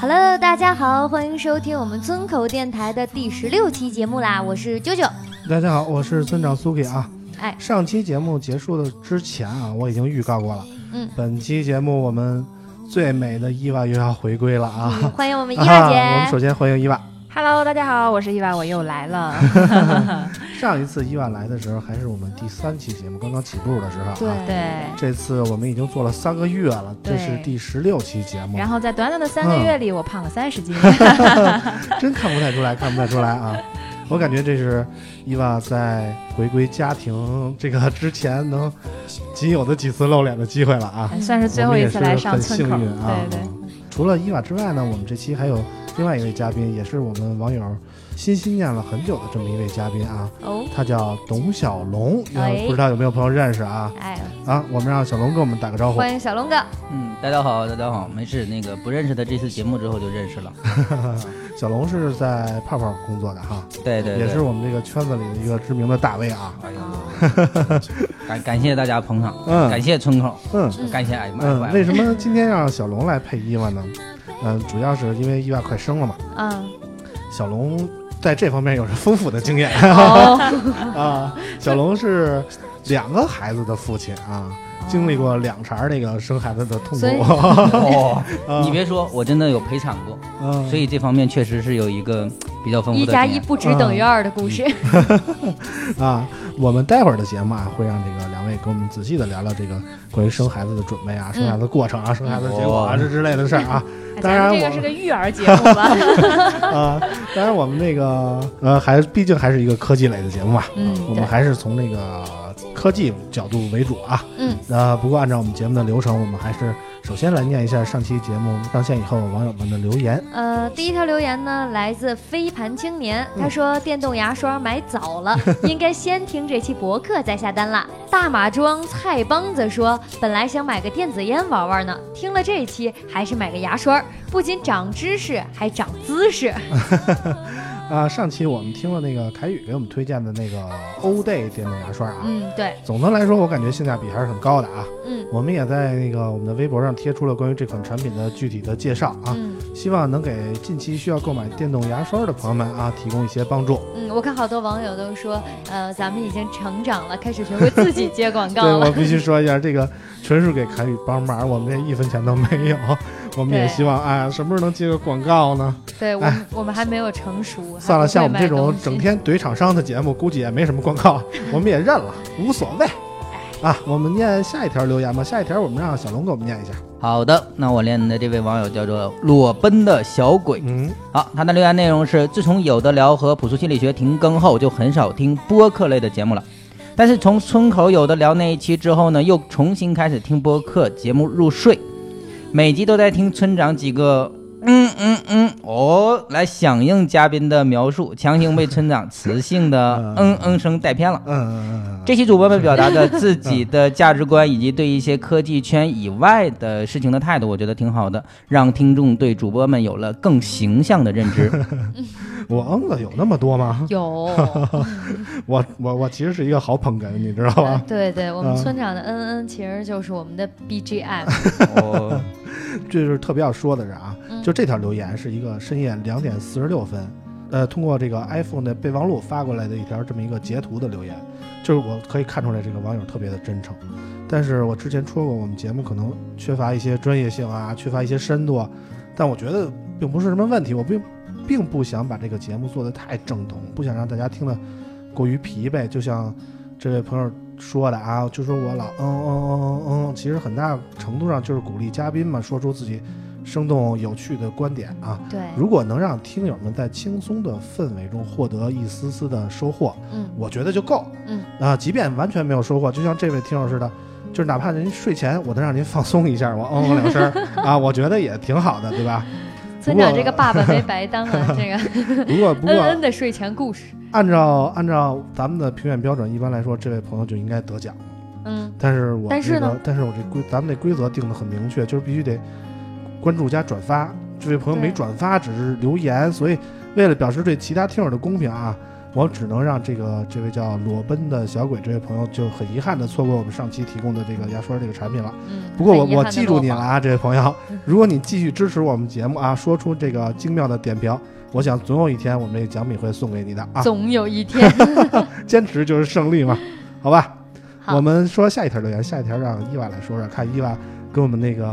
Hello，大家好，欢迎收听我们村口电台的第十六期节目啦！我是啾啾，大家好，我是村长苏给啊。哎上期节目结束的之前啊，我已经预告过了。嗯，本期节目我们最美的伊娃又要回归了啊！欢迎我们嗯伊啊娜姐。我们首先欢迎伊娃。 Hello，大家好，我是伊娃，我又来了。上一次伊娃来的时候，还是我们第三期节目刚刚起步的时候啊。对对，这次我们已经做了三个月了，这对是第十六期节目，然后在短短的三个月里，我胖了三十斤。真看不太出来，看不太出来 啊！我感觉这是伊娃在回归家庭这个之前能仅有的几次露脸的机会了啊！算 是最后一次来上村口，我们也是很幸运啊对对，除了伊娃之外呢，我们这期还有另外一位嘉宾，也是我们网友心心念了很久的这么一位嘉宾啊，哦，他叫董小龙，哎不知道有没有朋友认识啊？哎，啊，我们让小龙给我们打个招呼。欢迎小龙哥。嗯，大家好，大家好，没事，那个不认识的这次节目之后就认识了，小龙是在泡泡工作的哈，对对对，也是，我们这个圈子里的一个知名的大 V 啊。哎呀，哦感感谢大家捧场，嗯感谢村口，嗯嗯感谢哎妈嗯，为呀，什么今天让小龙来配伊娃呢？嗯，主要是因为伊娃快生了嘛，嗯，小龙在这方面有着丰富的经验。哦， 啊，小龙是两个孩子的父亲啊，经历过两茬儿那个生孩子的痛所以苦。 哦，啊你别说，我真的有陪产过， 嗯所以这方面确实是有一个比较丰富一的加经一验不止等嗯于二的故事。啊，我们待会儿的节目啊，会让这个两位给我们仔细的聊聊这个关于生孩子的准备啊、生孩子的过程啊、生孩子的结果啊哦这之类的事儿啊。哎当咱然们我这个是个育儿节目吧？ 啊，当然我们那个呃，还毕竟还是一个科技类的节目嘛，啊嗯我对们还是从那个科技角度为主啊。嗯，呃，不过按照我们节目的流程，我们还是首先来念一下上期节目上线以后网友们的留言。呃，第一条留言呢，来自飞盘青年，嗯他说电动牙刷买 早了，应该先听这期博客再下单啦。大马庄菜帮子说，本来想买个电子烟玩玩呢，听了这一期还是买个牙刷，不仅长知识，还长姿势。啊，上期我们听了那个凯宇给我们推荐的那个 Oday 电动牙刷啊。嗯，对，总的来说，我感觉性价比还是很高的啊。嗯我们也在那个我们的微博上贴出了关于这款产品的具体的介绍啊，嗯希望能给近期需要购买电动牙刷的朋友们啊提供一些帮助。嗯，我看好多网友都说，呃，咱们已经成长了，开始学会自己接广告对我了。必须说一下，这个纯属给凯宇帮忙，我们这一分钱都没有。 我们也对希望啊，什么时候能接个广告呢？ 对我们，我们还没有成熟。哎算了，还像不我会们这卖种东西整天怼厂商的节目，估计也没什么广 告，我们也认了，无所谓。哎啊，我们念下一条留言吧。下一条我们让小龙给我们念一下。好的，那我练的这位网友叫做裸奔的小鬼，嗯，好，他的留言内容是：自从有的聊和朴素心理学停更后，就很少听播客类的节目了。但是从村口有的聊那一期之后呢，又重新开始听播客节目入睡，每集都在听村长几个嗯嗯嗯哦来响应嘉宾的描述，强行被村长磁性的嗯嗯声带偏了。嗯，这些主播们表达的自己的价值观，以及对一些科技圈以外的事情的态度，我觉得挺好的，让听众对主播们有了更形象的认知。我嗯了有那么多吗？ 有，我我我其实是一个好捧哏，你知道吧？对对，我嗯们村长的恩恩其实就是我呃们的 BGM。 哦，这就是特别要说的是啊，嗯就这条留言是一个深夜两点四十六分，呃，通过这个 iPhone 的备忘录发过来的一条这么一个截图的留言，就是我可以看出来这个网友特别的真诚。但是我之前说过，我们节目可能缺乏一些专业性啊，缺乏一些深度啊，但我觉得并不是什么问题，我并并不想把这个节目做得太正统，不想让大家听得过于疲惫，就像这位朋友说的啊，就说我老嗯嗯嗯嗯嗯，其实很大程度上就是鼓励嘉宾嘛，说出自己生动有趣的观点啊。对，如果能让听友们在轻松的氛围中获得一丝丝的收获，嗯我觉得就够。嗯啊、即便完全没有收获，就像这位听友似的，就是哪怕您睡前我能让您放松一下，我嗯嗯两声儿啊，我觉得也挺好的，对吧？村长这个爸爸没白当 啊，这个不过不恩过，恩的睡前故事，按照按照咱们的评选标准，一般来说，这位朋友就应该得奖。嗯，但是我但是这个呢但是我这规咱们这规则定的很明确，就是必须得关注加转发。这位朋友没对转发，只是留言，所以为了表示对其他听友的公平啊，我只能让这个这位叫裸奔的小鬼这位朋友就很遗憾的错过我们上期提供的这个牙刷这个产品了。嗯不过我很遗憾我地记住你落了榜啊，这位朋友，如果你继续支持我们节目啊，说出这个精妙的点评，我想总有一天我们这个奖品会送给你的啊。总有一天，坚持就是胜利 嘛，好吧？好我们说下一条留言，下一条让伊娃来说说，看伊娃给我们那个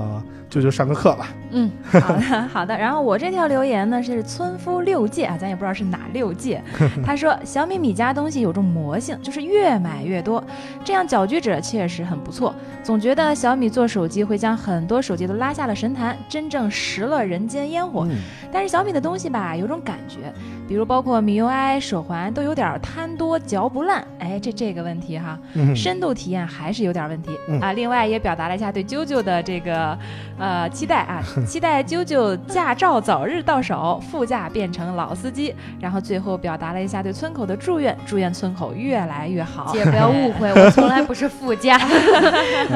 舅舅上个课吧。嗯，好的， 好的。然后我这条留言呢是村夫六戒啊，咱也不知道是哪六戒。他说小米米家东西有种魔性，就是越买越多，这样搅局者确实很不错。总觉得小米做手机会将很多手机都拉下了神坛，真正食了人间烟火。嗯，但是小米的东西吧，有种感觉，比如包括 MIUI 手环都有点贪多嚼不烂，哎，这这个问题哈。嗯深度体验还是有点问题、嗯啊。另外也表达了一下对啾啾的这个呃期待 啊，期待啾啾驾照早日到手，副驾变成老司机。然后最后表达了一下对村口的祝愿，祝愿村口越来越好。姐不要误 会，我从来不是副驾，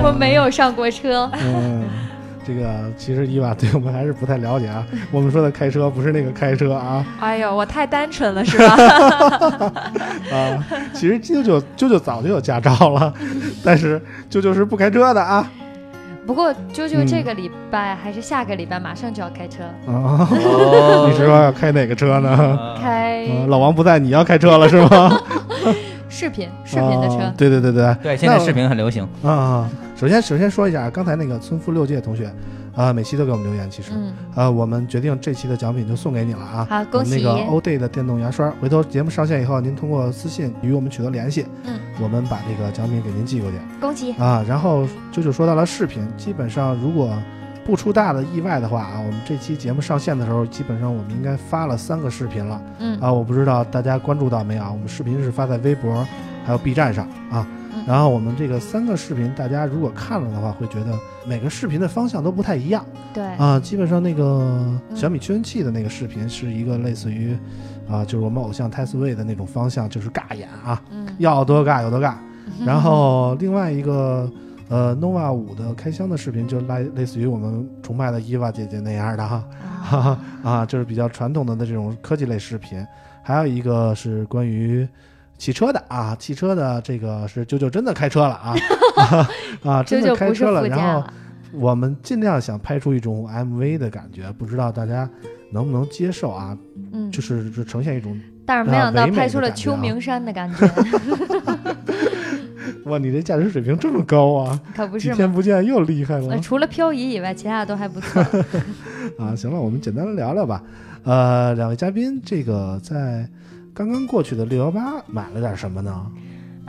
我没有上过车，嗯，这个其实伊娃 对我们还是不太了解啊。我们说的开车不是那个开车啊 哎呦，我太单纯了是 吧？啊，其实舅舅舅舅早就有驾照 了，但是舅舅是不开车的啊。不过啾啾嗯这个礼拜还是下个礼拜马上就要开车，啊，哦你是说要开哪个车呢？开嗯老王不在，你要开车了是吗？ 视频视频啊的车，对对对对，对，现在视频很流行。啊，首先首先说一下，刚才那个村夫六界同学，啊，每期都给我们留言，其实，嗯，啊，我们决定这期的奖品就送给你了啊。好，恭喜那，个 Oday 的电动牙刷，回头节目上线以后，您通过私信与我们取得联系，嗯，我们把这个奖品给您寄过去恭喜，啊。然后九九说到了视频，基本上如果不出大的意外的话啊，我们这期节目上线的时候，基本上我们应该发了三个视频了。嗯啊，我不知道大家关注到没有啊？我们视频是发在微博还有 B 站上啊嗯。然后我们这个三个视频，大家如果看了的话，会觉得每个视频的方向都不太一样对，啊。基本上那个小米驱蚊器的那个视频是一个类似于啊，就是我们偶像 t e s w a 的那种方向，就是尬演啊，嗯，要多尬有多 尬。然后另外一个呃 nova 五的开箱的视频，就类类似于我们崇拜的伊娃姐姐那样的哈。哈哈 啊，就是比较传统的这种科技类视频，还有一个是关于汽车的啊，汽车的这个是九九真的开车了 啊啊啊，啾真的啾开不是车了，副然驾后了，我们尽量想拍出一种 MV 的感觉，不知道大家能不能接受啊？嗯就，是就呈现一种，但是没啊想到唯美拍的出了感觉秋啊名山的 感觉，哇，你这驾驶水平这么高啊！可不几是天吗？不见又厉害了哎呃，除了漂移以外，其他的都还不错。 啊！行了，我们简单的聊聊吧。呃，两位嘉宾，这个在刚刚过去的六幺八买了点什么呢？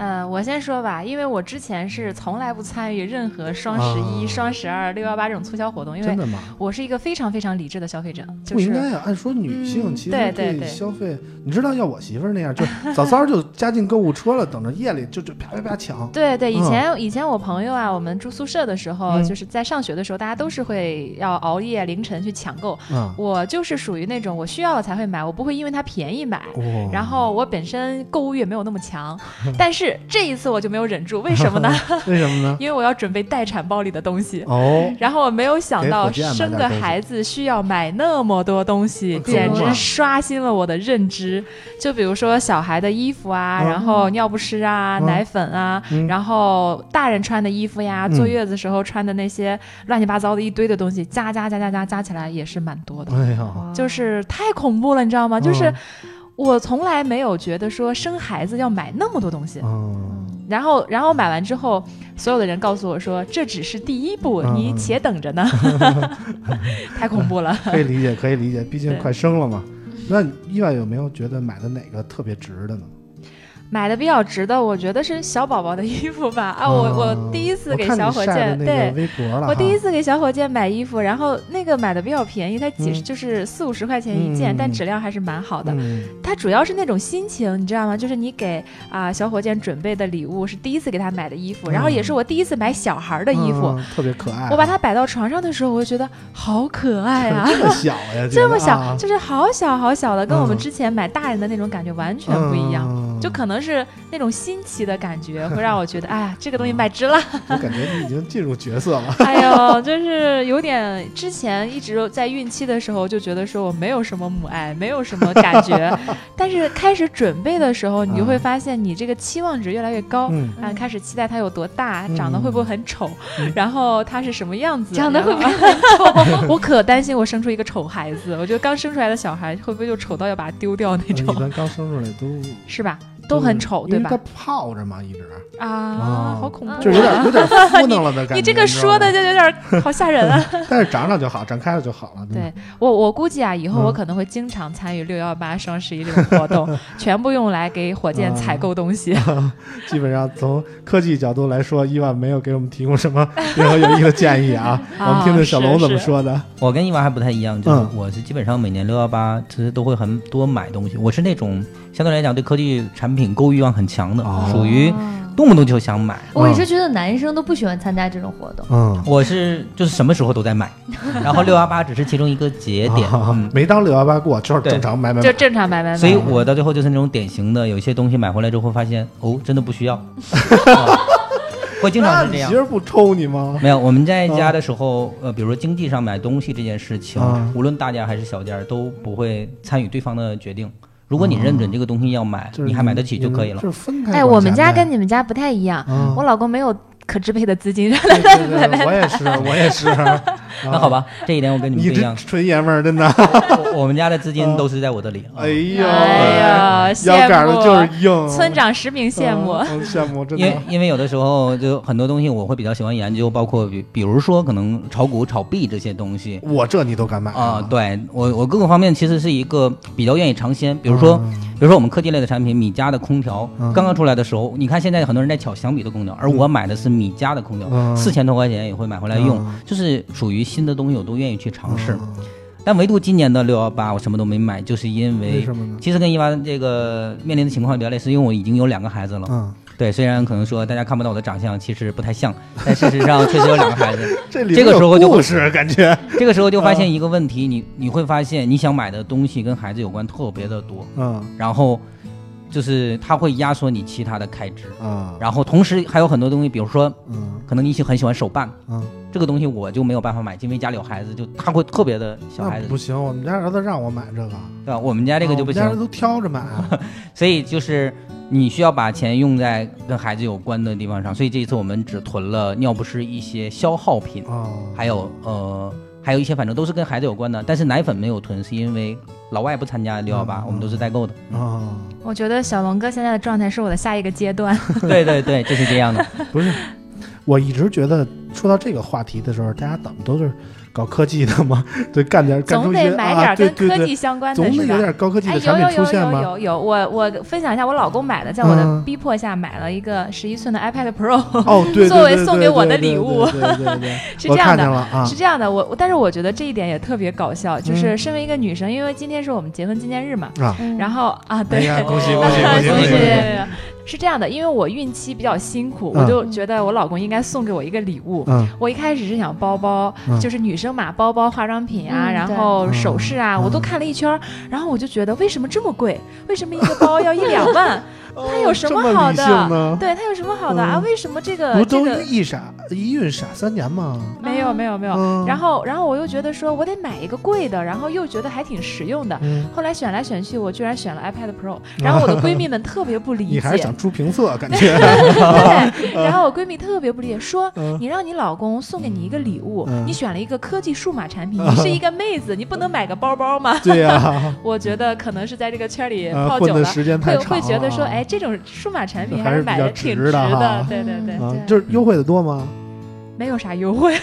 嗯，我先说吧，因为我之前是从来不参与任何双十一、啊双十二、六幺八这种促销活动，因真为的吗？我是一个非常非常理智的消费者，就是不应该啊！按说女性嗯其实对对对对消费，你知道，要我媳妇儿那样，就早 早就加进购物车了，等着夜里就就啪啪啪抢。对对，以嗯前、以前我朋友啊，我们住宿舍的时候，嗯就是在上学的时候，大家都是会要熬夜凌晨去抢购。嗯， 我就是属于那种我需要了才会买，我不会因为它便宜买。哦然后我本身购物欲也没有那么强，但是这一次我就没有忍住，为什么 呢？哦为什么呢？因为我要准备待产暴力的东西。 哦，然后我没有想到给火箭买生个点东西孩子需要买那么多东西，可简不嘛直刷新了我的认知。就比如说小孩的衣服啊，嗯然后尿不湿啊、嗯奶粉啊，嗯然后大人穿的衣服呀、嗯坐月子时候穿的那些乱七八糟的一堆的东西，加加加加加加起来也是蛮多的，哎呀，就是太恐怖了，你知道吗？啊就是嗯我从来没有觉得说生孩子要买那么多东西。嗯，然后，然后买完之后，所有的人告诉我说，这只是第一步，嗯你且 等着呢。太恐怖了。可以理解，可以 理解，毕竟对快生了嘛。那意外有没有觉得买的哪个特别值的呢？买的比较值的，我觉得是小宝宝的衣服吧。啊，我我第一次给小伙嗯我看你健，晒的那对个微博了，我第一次，次给小伙健买衣服，然后那个买的比较便宜，它几嗯十、就是四五十块钱一件，嗯嗯嗯但质量还是蛮好的。嗯，它主要是那种心情，你知道吗？就是你给啊、小伙健准备的礼物是第一次给他买的衣服，然后也是我第一次买小孩儿的衣服。嗯特别可爱，我把它摆到床上的时候，我就觉得好可爱啊！这么小呀， 这么小，觉啊就是好小好小的，跟我们嗯之前买大人的那种感觉完全得啊不一样。，嗯就可能是那种新奇的感觉，会让我觉得，哎呀，这个东西买值了。我感觉你已经进入角色 了，哎呦，就是有点之前一直在孕期的时候就觉得说我没有什么母爱，没有什么感觉，但是开始准备的时候，你就会发现你这个期望值越来越高。嗯，啊，开始期待它有多大，嗯长得会不会很丑，然后它是什么样子，长得会不会很丑？ 我可担心我生出一个丑孩子，我觉得刚生出来的小孩会不会就丑到要把它丢掉那一种，般刚生出来都是吧？ 都很是丑，因对为吧它？泡着嘛，一直啊，哦好恐怖、啊！就是有点有 点敷弄了的感觉。你这个知道说的吗就有点儿好 吓人啊！但是长长就好，长开了就好了。真的对我，我估计啊，以后嗯我可能会经常参与六幺八、双十一这种 活动，全部用来给火嗯箭采购东西。 基本上从科技角度来说，伊万没有给我们提供什么任何有益的建议啊。我 啊们听听小龙是怎么是说的。我跟伊娃还不太一样，就是嗯我是基本上每年六幺八其实都会很多买东西，我是那种相对来讲对科技产品购物欲望很强的，哦属于动不动就想买。嗯我一直觉得男生都不喜欢参加这种活动。嗯，我是就是什么时候都在 买，然后六幺八只是其中一个节点，嗯，啊没当六幺八过，就是正常买买就买。正常买买买。所以我到最后就是那种典型的，有一些东西买回来之后发现哦，真的不需 要，啊会经那常是这你样媳。妇不抽你吗？ 没有，我们在家的时候，呃，比如说经济上买东西这件事情啊，无论大家还是小家都不会参与对方的决定。如果你认准这个东西要买，啊就是你还买得起就可以了就。是分开。哎，我们家跟你们家不太一样，嗯我老公没有可支配的资金让对他对 买买对，我买。也是，我也是。那好吧，这一点我跟你们啊你不一这样，嗯纯爷们儿，真的。我我们家的资金都是在我这里。啊哎呦，哎呀，羡腰杆子慕就是硬。村长实名羡慕。嗯，嗯羡慕，真因为的。因为有的时候就很多东西我会比较喜欢研究，包括比比如说可能炒股、炒币这些东西我这你都敢买啊、？对我我各个方面其实是一个比较愿意尝鲜，比如说。比如说我们科技类的产品，米家的空调、嗯刚刚出来的时候，你看现在很多人在抢小米的空调，而我买的是米家的嗯空调，四千、多块钱也会买回来用，嗯就是属于新的东西我都愿意去尝试。嗯但唯独今年的六幺八我什么都没买，就是因为为什么呢？其实跟一般这个面临的情况比较类似，因为我已经有两个孩子了。嗯，对，虽然可能说大家看不到我的长相，其实不太像，但事实上确实有两个孩子。 这里这个面有时候就故事感觉，这个时候就嗯发现一个问题，你你会发现你想买的东西跟孩子有关特别的多，嗯然后就是它会压缩你其他的开支，啊，然后同时还有很多东西，比如说嗯可能你喜很喜欢手办，嗯，这个东西我就没有办法买，因为家里有孩子，就他会特别的小孩那子，不行，我们家儿子让我买这个，啊对吧？我们家这个就不我们家人行，都挑着买，啊 所以就是。你需要把钱用在跟孩子有关的地方上，所以这一次我们只囤了尿不湿一些消耗品，哦，还有呃，还有一些反正都是跟孩子有关的，但是奶粉没有囤，是因为老外不参加六幺八嗯，我们都是代购的。哦，我觉得小龙哥现在的状态是我的下一个阶段。对对对，就是这样的。不是，我一直觉得说到这个话题的时候，大家怎么都是搞科技的嘛，对，干点干总出一得些买点啊，儿对跟对科对，技相关的，总得是吧？有点高科技的哎，有产有品出现有有吧？有有，我我分享一下，我老公买的，在我的嗯逼迫下买了一个十一寸的 iPad Pro， 哦，对，对作为对送对给我对的对礼对物对对对，是我这样看的见。了啊嗯是，这样的，我我但是我觉得这一点也特别搞笑，就是身为一个女生，因为今天是我们结婚纪念日嘛，啊然后 啊，哎对，呀，恭喜哦恭喜恭恭喜喜恭恭喜喜恭喜！是这样的，因为我孕期比较辛苦，嗯我就觉得我老公应该送给我一个礼物。嗯我一开始是想包包，嗯就是女生嘛，包包、化妆品啊，嗯然后对首饰啊，嗯我都看了一圈儿，然后我就觉得为什么这么贵？为什么一个包要一两 万？哦它有什这么好理的性呢？对它有什么好的啊？嗯为什么这个不这都个一傻一孕傻三年吗？没有没有没有？嗯，然后然后我又觉得说我得买一个贵的，然后又觉得还挺实用的。嗯，后来选来选去，我居然选了 iPad Pro，然后我 的闺蜜们特别不理解，你还是想嗯出评测感觉？对，然后我闺蜜特别不理解，说 嗯你让你老公送给你一个礼物，嗯你选了一个科技数码产 品，嗯你是一个妹子，你不能买个包包吗？对 呀，我觉得可能是在这个圈里呃泡混久的了，时间太会长，会觉得说，哎，。这种数码产品还是是比买较的挺值值的哈对对对，啊对，就是优惠的多吗？没有啥优惠，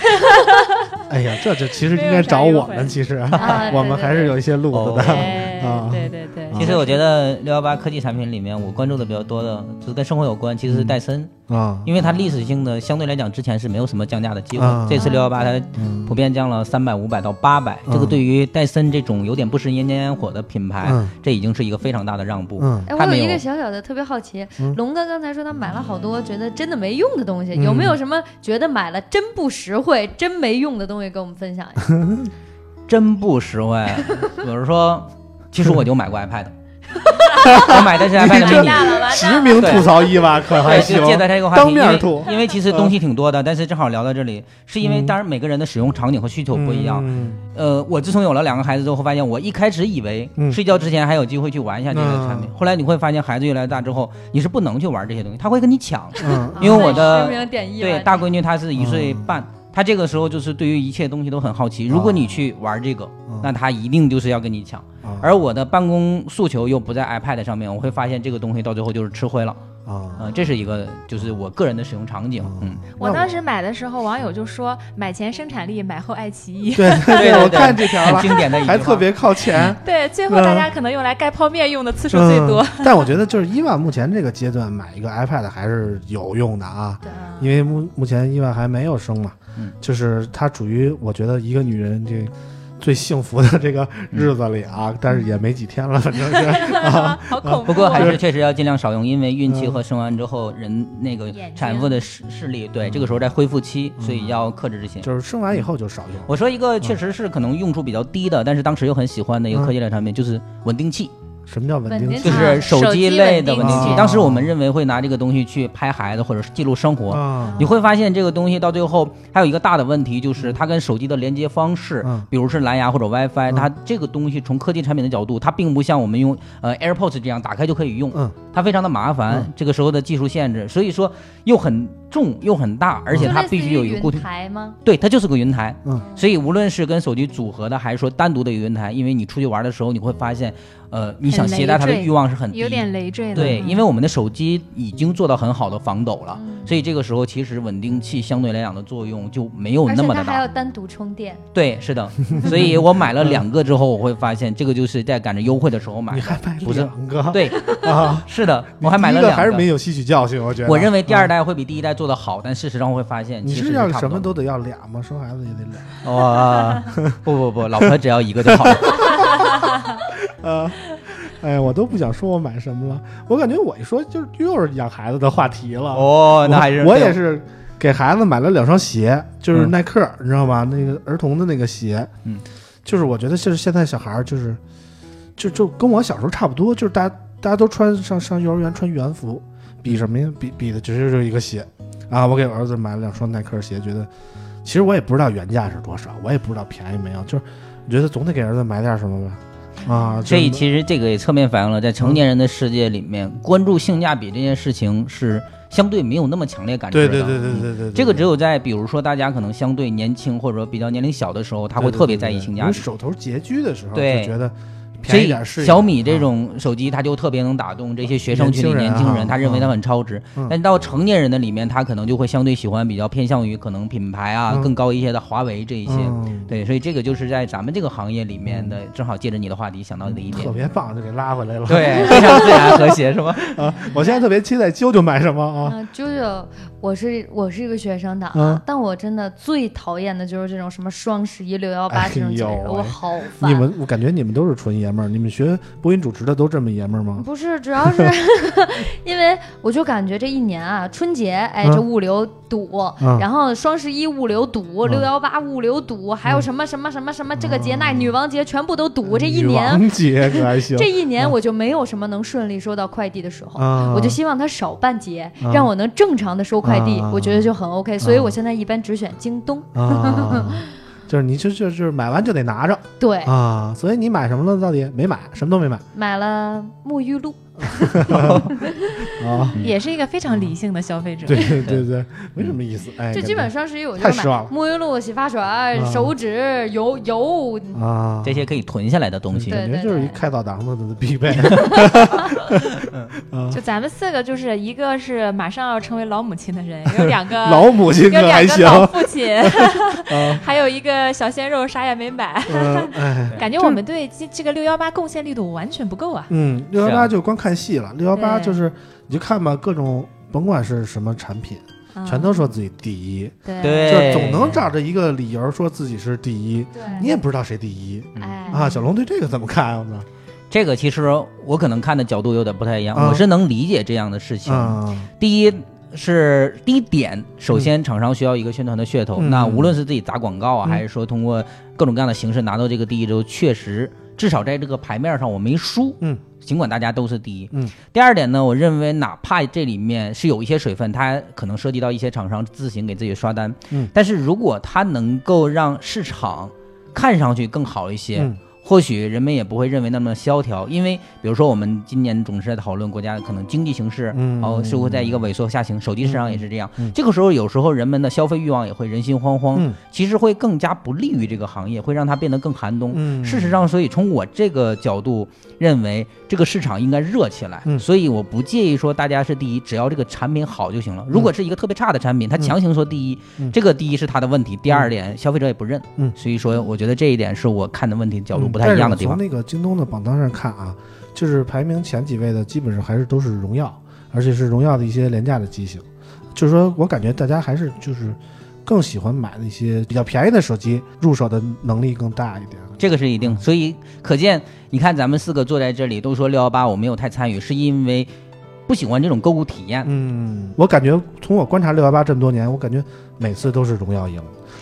哎呀，这就其实应该找我们，其实啊我们还是有一些路子的。哎 啊对对对，其实我觉得嗯六幺八科技产品里面，我关注的比较多的，就是跟生活有关，其实是戴森，啊嗯因为它历史性的相对来讲之前是没有什么降价的机会啊，这次六幺八它嗯普遍降了三百、五百到八百，这嗯个对于戴森这种有点不食人间烟火的品牌嗯，这已经是一个非常大的让步。啊嗯，哎，他我有没一有个小小的特别好奇，嗯龙哥刚才说他买了好多觉得真的没用的东西，有没嗯有什么觉得买了真不实惠、真没用的东西跟我们分享呀？真不实惠。 比如说，其实我就买过 iPad，我买的是 iPad 这 mini。了，完实名吐槽伊娃可还对，行就，借大家这个话题，当面吐嗯因为因为其实东西挺多的，但是正好聊到这里，是因为当然每个人的使用场景和需求不一样。嗯呃，我自从有了两个孩子之后，会发现我一开始以为嗯睡觉之前还有机会去玩一下这个产品，嗯后来你会发现孩子越来越大之后，你是不能去玩这些东西，他会跟你抢。嗯因为我实的名点一对吧大闺女她是一岁半，她这个时候就是对于一切东西都很好奇。如啊果你去玩这个，嗯 那她一定就是要跟你抢。啊而我的办公诉求又不在 iPad 上面，我会发现这个东西到最后就是吃灰了。啊嗯、这是一个就是我个人的使用场景。嗯，我当时买的时候，网友就说买前生产力，买后爱奇 艺。对对对我看这条很了， 经典的一句话还特别靠前。 对，最后嗯大家可能用来盖泡面用的 次数嗯最多。但我觉得就是伊万目前这个阶段买一个 iPad 还是有用的啊，因为目目前伊万还没有生嘛，嗯就是她处于我觉得一个女人这最幸福的这个嗯日子里啊，但是也没几天了，反正是 好恐怖。啊不过还是确实要尽量少用，因为孕嗯期和生完之后人那个眼睛产妇的视视力，对这个时候在恢复期，所以要克制这些。嗯就是生完以后就少用。我说一个确实是可能用处比较低的，但是当时又很喜欢的一嗯个科技类产品，就是稳定器，什么叫稳定稳定器啊就器是手机类的稳手机稳定定器器。当时我们认为会拿这个东西去拍孩子或者是记录生活，啊？你会发现这个东西到最后还有一个大的问题，就是它跟手机的连接方式，嗯比如是蓝牙或者 WiFi，、嗯它这个东西从科技产品的角度，它并不像我们用呃 AirPods 这样打开就可以用，嗯它非常的麻烦，嗯这个时候的技术限制，所以说又很重又很大，而且就它类似必须有于一个云固定，台吗？对，它就是个云台。嗯所以无论是跟手机组合的，还是说单独的一个云台，因为你出去玩的时候，你会发现，呃，你想携带它的累赘欲望是很低有点累赘了。对，嗯因为我们的手机已经做到很好的防抖了，嗯所以这个时候其实稳定器相对来讲的作用就没哦有而那且么它的还要大。单独充电，对，是 的，所以我买了两个之后，我会发现这个就是在赶着优惠的时候买你的。还买不是两个？对，啊，是的，你我还买第了一两还是没有吸取教训，我觉得。我认为第二代会比第一代做的好，但事实上会发嗯现你其实是要差不什么多都得要俩吗？生孩子也得俩。的。哇，不不不，老婆只要一个就 好了。呃，哎，我都不想说我买什么了，我感觉我一说就是又是养孩子的话题了。哦我，那还是我也是给孩子买了两双鞋，就是嗯耐克，你知道吗？那个儿童的那个鞋，嗯，就是我觉得就是现在小孩儿就是，就就跟我小时候差不多，就是大家大家都穿上上幼儿园穿园服，比什么呀？比比的只是就是一个鞋啊！我给儿子买了两双耐克鞋，觉得其实我也不知道原价是多少，我也不知道便宜没有，就是觉得总得给儿子买点什么吧。啊，所以就是其实这个也侧面反映了，在成年人的世界里面，关注性价比这件事情是相对没有那么强烈感知对的。对对对嗯对对对，这个只有有在比如说大家可能相对年轻或者说比较年龄小的时候，他会特别在意性价比。手头拮据的时候，对就觉得所便宜以点是一点小米这啊种手机，它就特别能打动这些学生群里年年轻人啊轻人，他认为它很超值嗯。但到成年人的里面，他可能就会相对喜欢比较偏向于可能品牌啊嗯更高一些的华为这一些。嗯对，所以这个就是在咱们这个行业里面的，正好借着你的话题想到的一点嗯特。别棒，就给拉回来了。对，非常自然和谐是吧？啊，我现在特别期待啾啾买什么啊？嗯，啾啾，我是我是一个学生党嗯啊，但我真的最讨厌的就是这种什么双十一、六幺八哎这种节日呦，我喂好烦。你们，我感觉你们都是纯爷们儿，你们学播音主持的都这么爷们儿吗？不是，主要是 因为我就感觉这一年啊，春节哎嗯这物流堵，嗯然后双十一物流堵，嗯六幺八物流堵，还有什么什么什么什么这个节那女王节全部都堵，这一年。哎王嗯姐可还行 这一年我就没有什么能顺利收到快递的时候，啊，我就希望它少办节，啊让我能正常的收快递，啊我觉得就很 OK、所以我现在一般只选京东。 啊，就是你就就就是买完就得拿着对，啊，所以你买什么了？到底没买，什么都没买买了沐浴露， 啊，也是一个非常理性的消费者。对对对对，没什么意思，哎，就基本双十一我就太失买望了嗯沐浴露、洗发水、手纸、油油，感觉啊，这些可以囤下来的东西。对感觉就是一开澡堂子的必备， 就咱们四个，就是一个是马上要成为老母亲的 人，有两个老母亲有可还两个行，老父亲， 啊，还有一个小鲜肉，啥也没买。嗯，哎。感觉我们对这这个六幺八贡献力度完全不够啊！嗯，六幺是八啊就光看戏了，六幺八对就是你就看吧，各种甭管是什么产品，嗯全都说自己第一，对对就是总能找着一个理由说自己是第一，对，你也不知道谁第一哎嗯啊。小龙对这个怎么看啊？这个其实我可能看的角度有点不太一样，啊我是能理解这样的事情。啊，第一是第一点，首先厂商需要一个宣传的噱头，嗯那无论是自己砸广告啊，嗯还是说通过各种各样的形式拿到这个第一之后，确实至少在这个牌面上我没输。嗯，尽管大家都是第一。嗯，第二点呢，我认为哪怕这里面是有一些水分，它可能涉及到一些厂商自行给自己刷单。嗯，但是如果它能够让市场看上去更好一些，嗯或许人们也不会认为那么萧条，因为比如说我们今年总是在讨论国家可能经济形势，嗯然后哦似乎在一个萎缩下行，手机市场也是这样。嗯嗯这个时候，有时候人们的消费欲望也会人心惶惶，嗯其实会更加不利于这个行业，会让它变得更寒冬。嗯，事实上，所以从我这个角度认为，这个市场应该热起来。嗯所以我不介意说大家是第一，只要这个产品好就行了。如果是一个特别差的产品，它强行说第一，嗯这个第一是它的问题。第二点，消费者也不认。嗯所以说我觉得这一点是我看的问题角度嗯不太一样的地但方。是我从那个京东的榜单上看啊，就是排名前几位的，基本上还是都是荣耀，而且是荣耀的一些廉价的机型。就是说我感觉大家还是就是更喜欢买那些比较便宜的手机，入手的能力更大一点。这个是一嗯定，所以可见，你看咱们四个坐在这里都说六幺八我没有太参与，是因为不喜欢这种购物体验。嗯，我感觉从我观察六幺八这么多年，我感觉每次都是荣耀赢，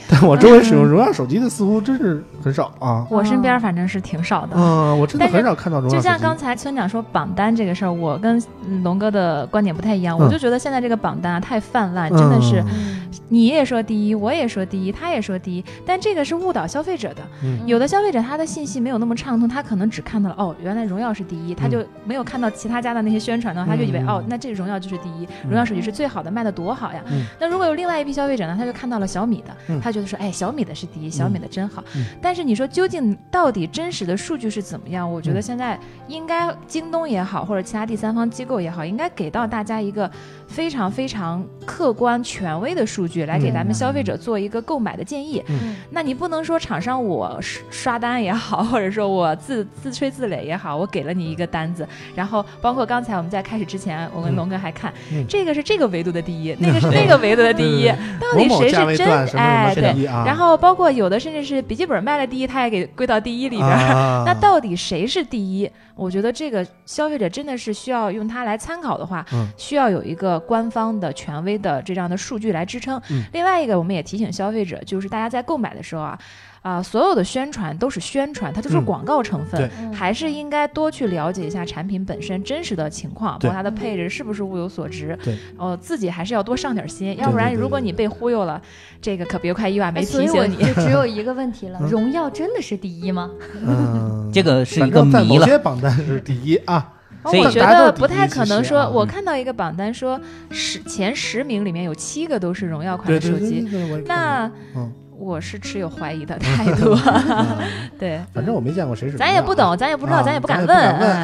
但我周围使嗯用荣耀手机的似乎真是很少啊。我身边反正是挺少的。嗯，我真的但是很少看到荣耀就手机。像刚才村长说榜单这个事儿，我跟嗯龙哥的观点不太一样，我嗯就觉得现在这个榜单啊太泛滥，真的是嗯你也说第一，我也说第一，他也说第一，但这个是误导消费者的。嗯有的消费者他的信息没有那么畅通，他可能只看到了哦，原来荣耀是第一，他就没有看到其他家的那些宣传呢，他就以为、嗯哦，那这个荣耀就是第一，荣耀手机是最好的，卖的多好呀。嗯那如果有另外一批消费者呢，他就看到了小米的，嗯他觉得说哎，小米的是第一，小米的真好。嗯但是你说究竟到底真实的数据是怎么样？我觉嗯得现在应该京东也好，或者其他第三方机构也好，应该给到大家一个非常非常客观权威的数据来给咱们消费者做一个购买的建议。嗯嗯那你不能说厂商我刷刷单也好，或者说我自自吹自擂也好，我给了你一个单子，然后包括刚才我们在开始之前，我跟龙哥还看，嗯这个是这个维度的 第一，那个是那个维度的第一，到底某某谁价位是真段什么哎什么对？第一啊？然后包括有的甚至是笔记本卖了第一，他也给归到第一里边儿。啊、那到底谁是第一？我觉得这个消费者真的是需要用它来参考的话，嗯需要有一个官方的、权威的这样的数据来支撑。嗯另外一个，我们也提醒消费者，就是大家在购买的时候啊，啊、所有的宣传都是宣传，它都是嗯广告成分。对还是应该多去了解一下产品本身真实的情况，包对括它的配置是不是物有所值。对，呃，自己还是要多上点心，要对不然对对如果对你对被忽悠了，这个可别怪意外没哎所以提我醒你。就只 有一个问题了嗯：荣耀真的是第一吗？嗯，这个是一反个正在谜某了。些榜单是第一 啊，所以我觉大家得都不太抵制可能其实啊说，我看到一个榜单说十前十名里面有七个都是荣耀款对的对手对对机，对，我也看那过嗯我是持有怀疑的 态度。嗯 对， 反正我没见过谁是，咱也不懂，咱也不知道，啊咱也不敢咱也不敢问。问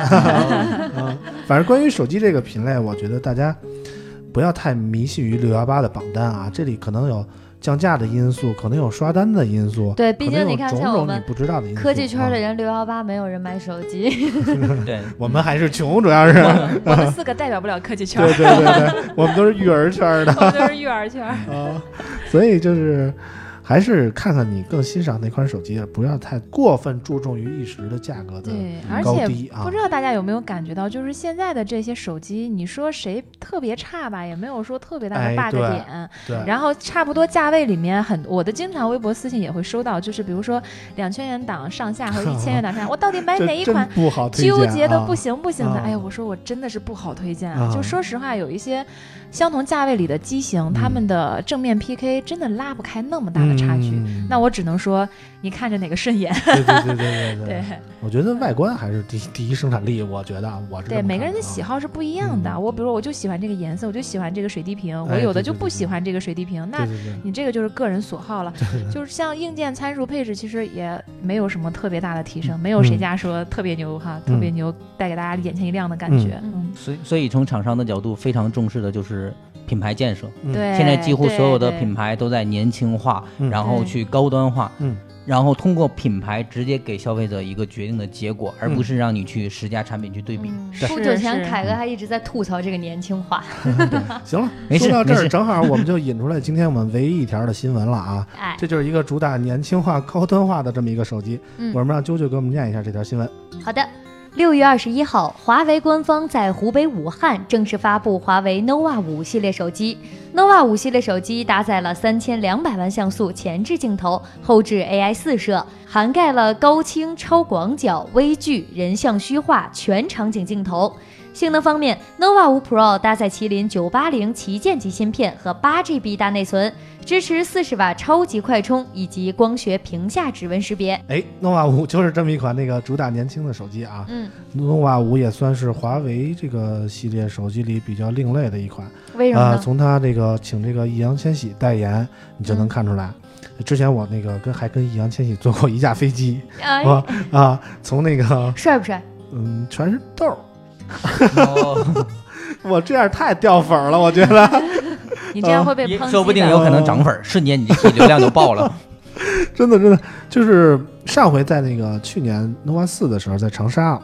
啊。反正关于手机这个品类，我觉得大家不要太迷信于六幺八的榜单啊，这里可能有降价的因素，可能有刷单的因素，对，毕可能竟有你看，种像我种你们不知道的因素。科技圈的啊，人，六幺八没有人买手机，对，我们还是穷，主要 是 我们四个代表不了科技圈对啊儿，对对对，我们都是育儿圈的。我们都是育 儿圈儿。 啊，所以就是还是看看你更欣赏哪款手机，不要太过分注重于一时的价格的对，而高且低啊不。知道大家有没有感觉到，就是现在的这些手机，你说谁特别差吧，也没有说特别大哎的 bug 对点。对，啊然后差不多价位里面很，我的经常微博私信也会收到，就是比如说两千元档上下和一千元档上下，我到底买这哪一真款？不好推荐纠结的啊不行不行的，啊哎呀，我说我真的是不好推荐啊！啊就说实话，嗯有一些相同价位里的机型，他们的正面 PK 真的拉不开那么大的插曲。嗯那我只能说，你看着哪个顺眼。对对对对对 对，我觉得外观还是第第一生产力，我觉得啊，我是这对，么每个看人的啊喜好是不一样的。嗯我比如我就喜欢这个颜色，我就喜欢这个水滴屏，我哎有的对就对不对喜欢这个水滴屏。那啊对对对你这个就是个人所好了。对对，就是像硬件参数配置，其实也没有什么特别大的提升，没有谁嗯家说特别牛哈，嗯特别牛带给大家眼前一亮的感觉。 嗯，所以所以从厂商的角度，非常重视的就是品牌建设。嗯对。现在几乎所有的品牌，牌都在年轻化，嗯然后对去高端化，嗯，然后通过品牌直接给消费者一个决定的结果，嗯而不是让你去十家产品去对比。对不久前嗯是嗯凯哥还一直在吐槽这个年轻化，行了，没事说到这没儿，事正好我们就引出来今天我们唯一一条的新闻了 啊。哎，这就是一个主打年轻化、高端化的这么一个手机。嗯我们让啾啾给我们念一下这条新闻。好的，六月二十一号，华为官方在湖北武汉正式发布华为 nova 五系列手机。nova 五系列手机搭载了三千两百万像素前置镜头，后置 AI 四摄，涵盖了高清、超广角、微距、人像虚化全场景镜头。性能方面，nova 五 Pro 搭载麒麟980旗舰级芯片和 8GB 大内存，支持40瓦超级快充以及光学屏下指纹识别。哎，nova 五就是这么一款那个主打年轻的手机啊。嗯，nova 五也算是华为这个系列手机里比较另类的一款。为什么啊，呢？从他这个请这个易烊千玺代言，你就能嗯看出来。之前我那个跟还跟易烊千玺坐过一架飞机，哎我啊，从那个帅不帅？嗯全是痘儿，嗯 哦，我这样太掉粉儿了，我觉得你这样哦会被抨击的。说不定有可能涨粉儿，瞬间你这期流量就爆了。真的真的就是上回在那个去年 nova 四的时候在长沙。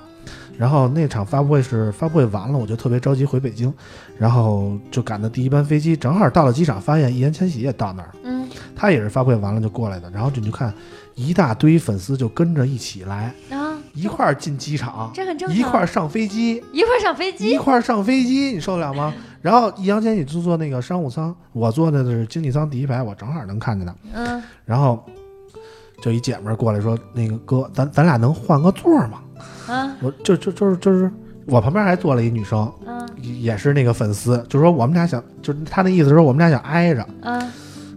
然后那场发布会是发布会完了，我就特别着急回北京，然后就赶的第一班飞机，正好到了机场，发现易烊千玺也到那儿了，嗯，他也是发布会完了就过来的，然后就你就看一大堆粉丝就跟着一起来，啊，一块儿进机场，这很正常。一块儿上飞机，一块儿上飞一机，块儿上飞机，你受得了吗？然后易烊千玺就坐那个商务舱，我坐的是经济舱第一排，我正好能看见他。嗯，然后就一姐们儿过来说：“那个哥，咱咱俩能换个座儿吗？”啊，我就就就是就是我旁边还坐了一女生，嗯，也是那个粉丝，就说我们俩想，就是他那意思是说我们俩想挨着。嗯，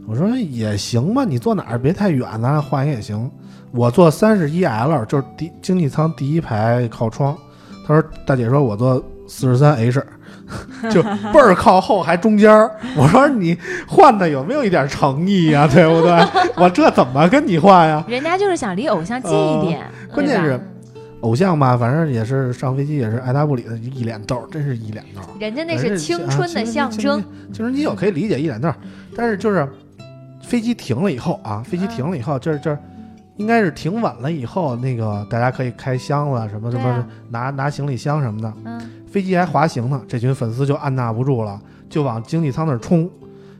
我说也行吧，你坐哪儿别太远，咱俩换一个也行。我坐三十一 L，就是第经济舱第一排靠窗。他说大姐说我坐四十三 H，就倍儿靠后还中间儿。我说你换的有没有一点诚意呀、对不对？我这怎么跟你换呀？人家就是想离偶像近一点， 哦关键对是吧偶像吧，反正也是上飞机也是爱答不理的，一脸痘儿，真是一脸痘儿。人家那反正是青春的象征啊。青春青春期我可以理解一脸蛋儿，但是就是飞机停了以后啊，飞机停了以后，就是就是应该是停稳了以后，那个大家可以开箱了，什么什对么、啊拿拿行李箱什么的，嗯，飞机还滑行呢，这群粉丝就按捺不住了，就往经济舱那儿冲。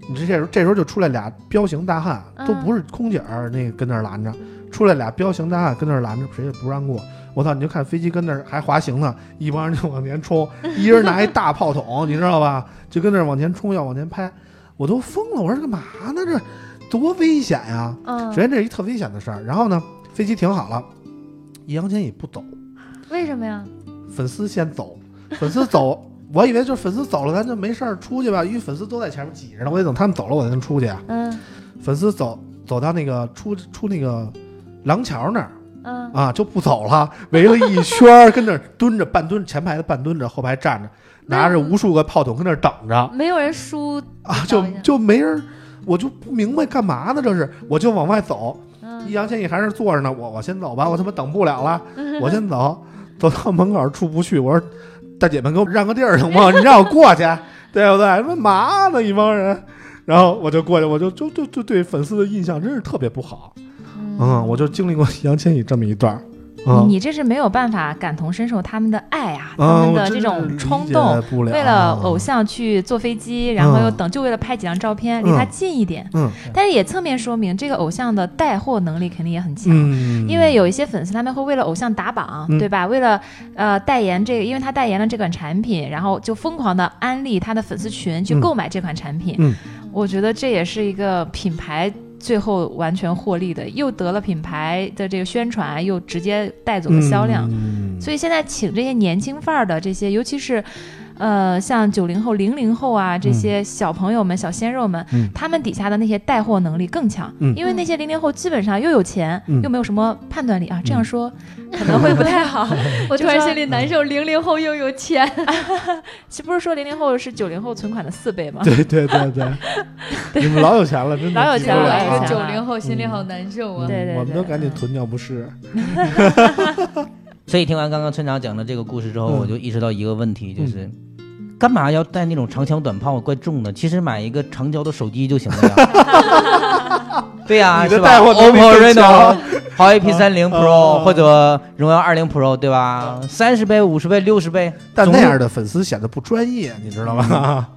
你这时候这时候就出来俩彪形大汉，都嗯不是空姐儿，那个跟那儿拦着，出来俩彪形大汉跟那儿拦着，谁也不让过。我操！你就看飞机跟那儿还滑行呢，一帮人就往前 冲，一人拿一大炮筒，你知道吧？就跟那儿往前冲，要往前拍，我都疯了！我说这干嘛呢？这多危险呀、嗯，首先这是一特危险的事儿。然后呢，飞机停好了，易烊千玺不走，为什么呀？粉丝先走，粉丝走，我以为就是粉丝走了，咱就没事儿出去吧，因为粉丝都在前面挤着呢，我得等他们走了我才能出去啊。嗯，粉丝走走到那个出出那个廊桥那儿嗯，啊，就不走了，围了一圈儿，跟那儿蹲着半蹲，前排的半蹲着，后排站着，拿着无数个炮筒跟那儿等着没有人输啊，就等一下就没人。我就不明白干嘛呢，这是，我就往外走，嗯易烊千玺还是坐着呢，我我先走吧，我他妈等不了 了，我先走，走到门口出不去，我说大姐们给我让个地儿行吗？你让我过去，对不对？他妈嘛呢一帮人，然后我就过去，我就就就就对粉丝的印象真是特别不好，嗯，我就经历过易烊千玺这么一段儿，你嗯你这是没有办法感同身受他们的爱啊，他嗯，们我的真这是种理冲解动，不了，哦为了偶像去坐飞机，然后嗯又等，就为了拍几张照片，离他近一点。嗯但是也侧面说明，这个偶像的带货能力肯定也很强。嗯，因为有一些粉丝他们会为了偶像打榜，嗯对吧？为了呃代言这个，因为他代言了这款产品，然后就疯狂的安利他的粉丝群去嗯购买这款产品。嗯我觉得这也是一个品牌。最后完全获利的，又得了品牌的这个宣传，又直接带走了销量。嗯所以现在请这些年轻范儿的这些，尤其是，呃，像九零后、零零后啊这些小朋友们、小鲜肉们，嗯他们底下的那些带货能力更强，嗯因为那些零零后基本上又有钱，嗯又没有什么判断力啊，这样说可能会不 太好。我就突然说心里难受，零零后又有钱，其实不是说零零后是九零后存款的四倍吗？对对对对， 你们老有钱了，真的老有比钱不了了老有啊钱了九零嗯后心里好难受啊嗯！对对我们对都赶紧嗯囤尿不湿。所以听完刚刚村长讲的这个故事之后，嗯我就意识到一个问题，就是。干嘛要带那种长枪短炮怪重的？其实买一个长焦的手机就行了呀。 对呀、你的是吧带货能力？OPPO 更 Reno 强、华为 P 三零啊 Pro 啊或者荣耀二零 Pro，对吧？三十倍、五十倍、六十倍，但总那共样的粉丝显得不专业，你知道吗？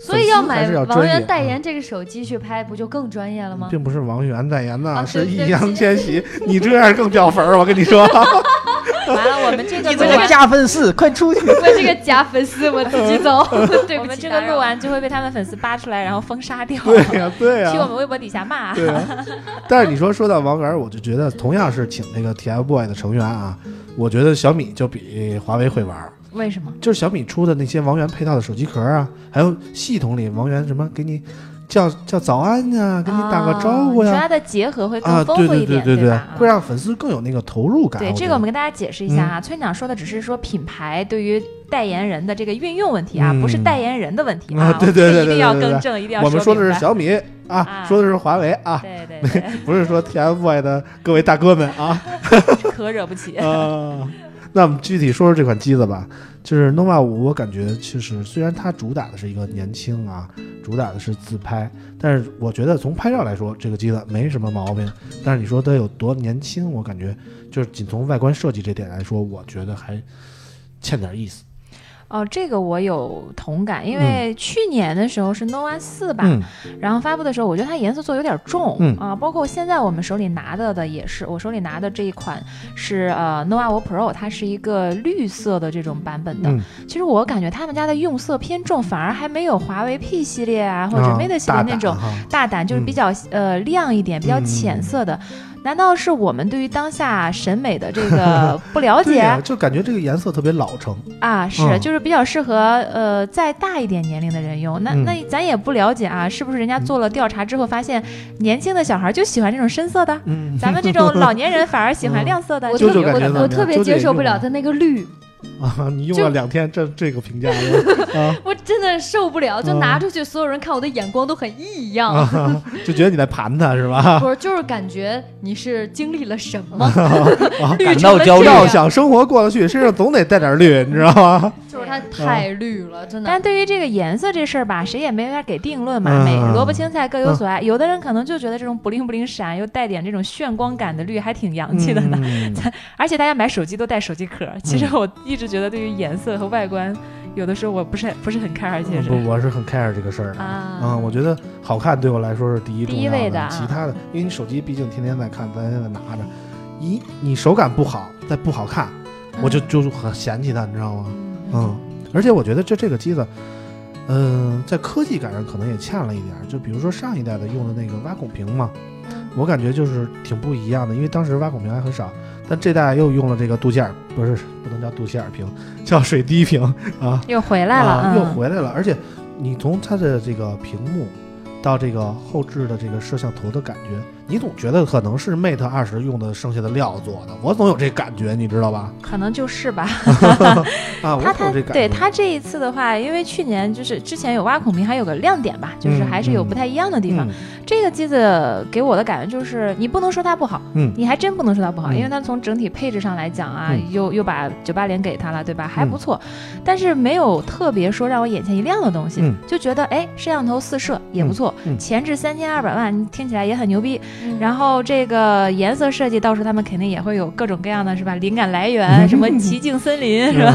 所以要粉丝还买是要王专源业代言这个手机去拍，不就更专业了吗？并不是王源代言呐，啊是对易对烊千玺。你这样更掉粉儿，我跟你说。 完了，我们这个你录这个完，加分四，快出去！我这个假粉丝，我自 己走，对我不们起，这个打扰录完就会被他们粉丝扒出来，然后封杀掉，对呀、对呀、去我们微博底下骂。对啊，但是你说说到王源，我就觉得同样是请这个 TFBOY 的成员啊，我觉得小米就比华为会玩儿，为什么？就是小米出的那些王源配套的手机壳啊，还有系统里王源什么给你叫叫早安呀、给你打个招呼啊哦你说呀、它的结合会啊，更丰对富一对对点，对对吧？，啊会让粉丝更有那个投入感。对这个，我们跟大家解释一下嗯啊，村长说的只是说品牌对于代言人的这个运用问题啊，嗯不是代言人的问题啊啊。对对对我们一定要对对对更正，一定要我们说的是明白小米啊，啊说的是华为啊，对对对，不是说 TFBOY 的各位大哥们啊。 可惹不起。啊，那我们具体说说这款机子吧，就是 nova 五，我感觉其实虽然它主打的是一个年轻啊，主打的是自拍，但是我觉得从拍照来说，这个机子没什么毛病。但是你说它有多年轻，我感觉就是仅从外观设计这点来说，我觉得还欠点意思。哦，这个我有同感，因为去年的时候是 nova 四吧，嗯然后发布的时候，我觉得它颜色做有点重，嗯啊，包括现在我们手里拿的的也是，我手里拿的这一款是呃 nova 5 pro，它是一个绿色的这种版本的。嗯，其实我感觉他们家的用色偏重，反而还没有华为 P 系列啊或者啊 Mate 系列大那胆嗯种。哈大胆就是比较、呃亮一点、比较浅色的，难道是我们对于当下审美的这个不了 对啊解呀、就感觉这个颜色特别老成。啊？是，嗯就是比较适合呃再大一点年龄的人用。那、嗯那咱也不了解啊，是不是人家做了调查之后发现，年轻的小孩就喜欢这种 深色的，嗯，咱们这种老年人反而喜嗯欢亮色的？我就特这就别感觉有怎么我可样我能。特别就得接受用不了啊它那个绿，啊，你用就了两天，这这个评价了啊。 我真的受不了，就嗯拿出去，所有人看我的眼光都很异样。啊， 就觉得你在盘他是吧？不是，就是感觉你是经历了什么，啊 绿感成到了焦这虑要样想生活过得去，身上总得带点绿，你知道吗？就是它太啊绿了，真的 但。对于这个颜色这事儿吧，谁也没法给定论嘛，每嗯萝卜青菜各有所爱。有的人可能就觉得这种不灵不灵闪，又带点这种炫光感的绿，还挺洋气的呢。嗯而且大家买手机都带手机壳，其实我一直觉得对于颜色和外观，有的时候我不是很不是很 care，其实。嗯不，我是很 care 这个事儿的。啊嗯，我觉得好看对我来说是第一第重一要位的，的啊其他的，因为你手机毕竟天天在看，咱现在拿着，一你手感不好，再不好看，我嗯就就很嫌弃它，你知道吗？嗯，而且我觉得这这个机子，嗯、在科技感上可能也欠了一点儿。就比如说上一代的用的那个挖孔屏嘛，嗯我感觉就是挺不一样的，因为当时挖孔屏还很少，但这代又用了这个肚脐眼儿，不是不能叫肚脐眼儿屏，叫水滴屏啊，又回来了，啊嗯、又回来了。而且你从它的这个屏幕到这个后置的这个摄像头的感觉，你总觉得可能是 Mate 二十用的剩下的料做的，我总有这感觉，你知道 吧？可能就是吧。啊，我他总他有这感觉。对他这一次的话，因为去年就是之前有挖孔屏，还有个亮点吧，就是嗯还是有嗯不太一样的地方。嗯这个机子给我的感觉就是，你不能说它不好，嗯你还真不能说它不好，嗯因为它从整体配置上来讲啊，嗯又又把九八零给它了，对吧？还不错，但是没有特别说让我眼前一亮的东西，嗯就觉得哎，摄像头四摄也不错，嗯嗯前置三千二百万，听起来也很牛逼。嗯然后这个颜色设计，到时候他们肯定也会有各种各样的是吧？灵感 来源，什么奇境森林 是吧？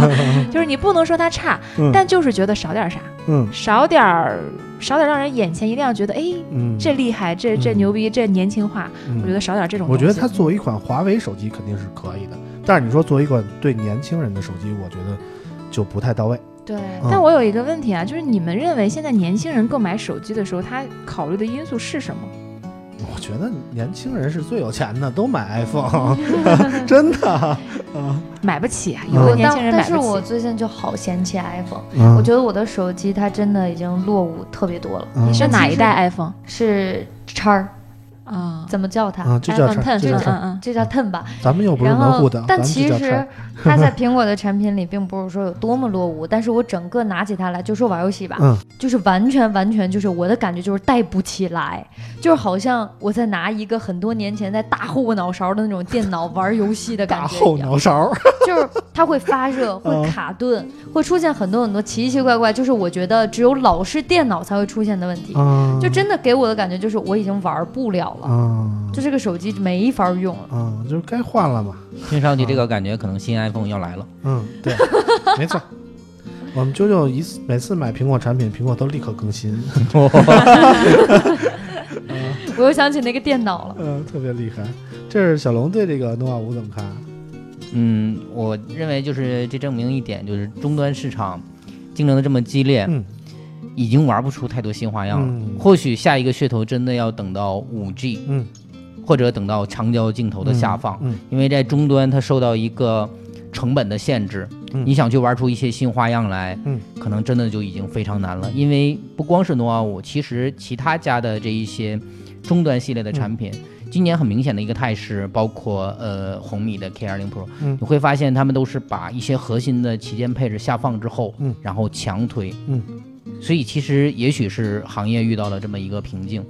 就是你不能说它差，嗯但就是觉得少点啥，嗯少点儿少点儿让人眼前一亮，觉得哎。嗯，这厉害，这这嗯牛逼，这年轻化，嗯我觉得少点这种我东西。觉得它作为一款华为手机肯定是可以的，但是你说作为一款对年轻人的手机，我觉得就不太到位。对，嗯但我有一个问题啊，就是你们认为现在年轻人购买手机的时候，他考虑的因素是什么？ 我觉得年轻人是最有钱的，都买 iPhone，真的。啊买不起啊，嗯有嗯的年但轻人但买是我不起。最近就好嫌弃 iPhone，、嗯，我觉得我的手机它真的已经落伍特别多了。嗯你是哪一代 iPhone 是叉儿，啊？怎么叫它？啊，就叫 iPhone 叉， Ten，就这叫嗯叉，嗯这叫 Ten 吧？咱们又哦不是然门后户的，，咱但们其就叫叉 实。它在苹果的产品里并不是说有多么落伍，但是我整个拿起它来，就说玩游戏吧，嗯就是完全完全就是我的感觉就是带不起来，就是好像我在拿一个很多年前在大后脑勺的那种电脑玩游戏的感大觉后一样，脑勺，就是它会发热，嗯会卡顿，会出现很多很多奇奇怪怪，就是我觉得只有老式电脑才会出现的问题，啊， 就真的给我的感觉就是我已经玩不了了，啊，就这个手机没法用了。啊，就是该换了嘛，听上去这个感觉，可能新 iPhone 要来了。嗯， 对，没错。我们啾啾一次每次买苹果产品，苹果都立刻更 新，我又想起那个电脑了。嗯，特别厉害。这是小龙对这个诺瓦五怎么看？嗯，我认为就是这证明一点，就是终端市场竞争的这么激烈，嗯已经玩不出太多新花样了。嗯或许下一个噱头真的要等到五 G，嗯，或者等到长焦镜头我的下放，嗯因为在终端它受到一个成本的限制，嗯你想去玩出一些新花样来，嗯可能真的就已经非常难了。因为不光是诺瓦五，其实其他家的这一些终端系列的产品，嗯今年很明显的一个态势，包括呃红米的 K 2 0 Pro，、嗯你会发现他们都是把一些核心的旗舰配置下放之后，嗯然后强推，嗯所以其实也许是行业遇到了这么一个瓶颈。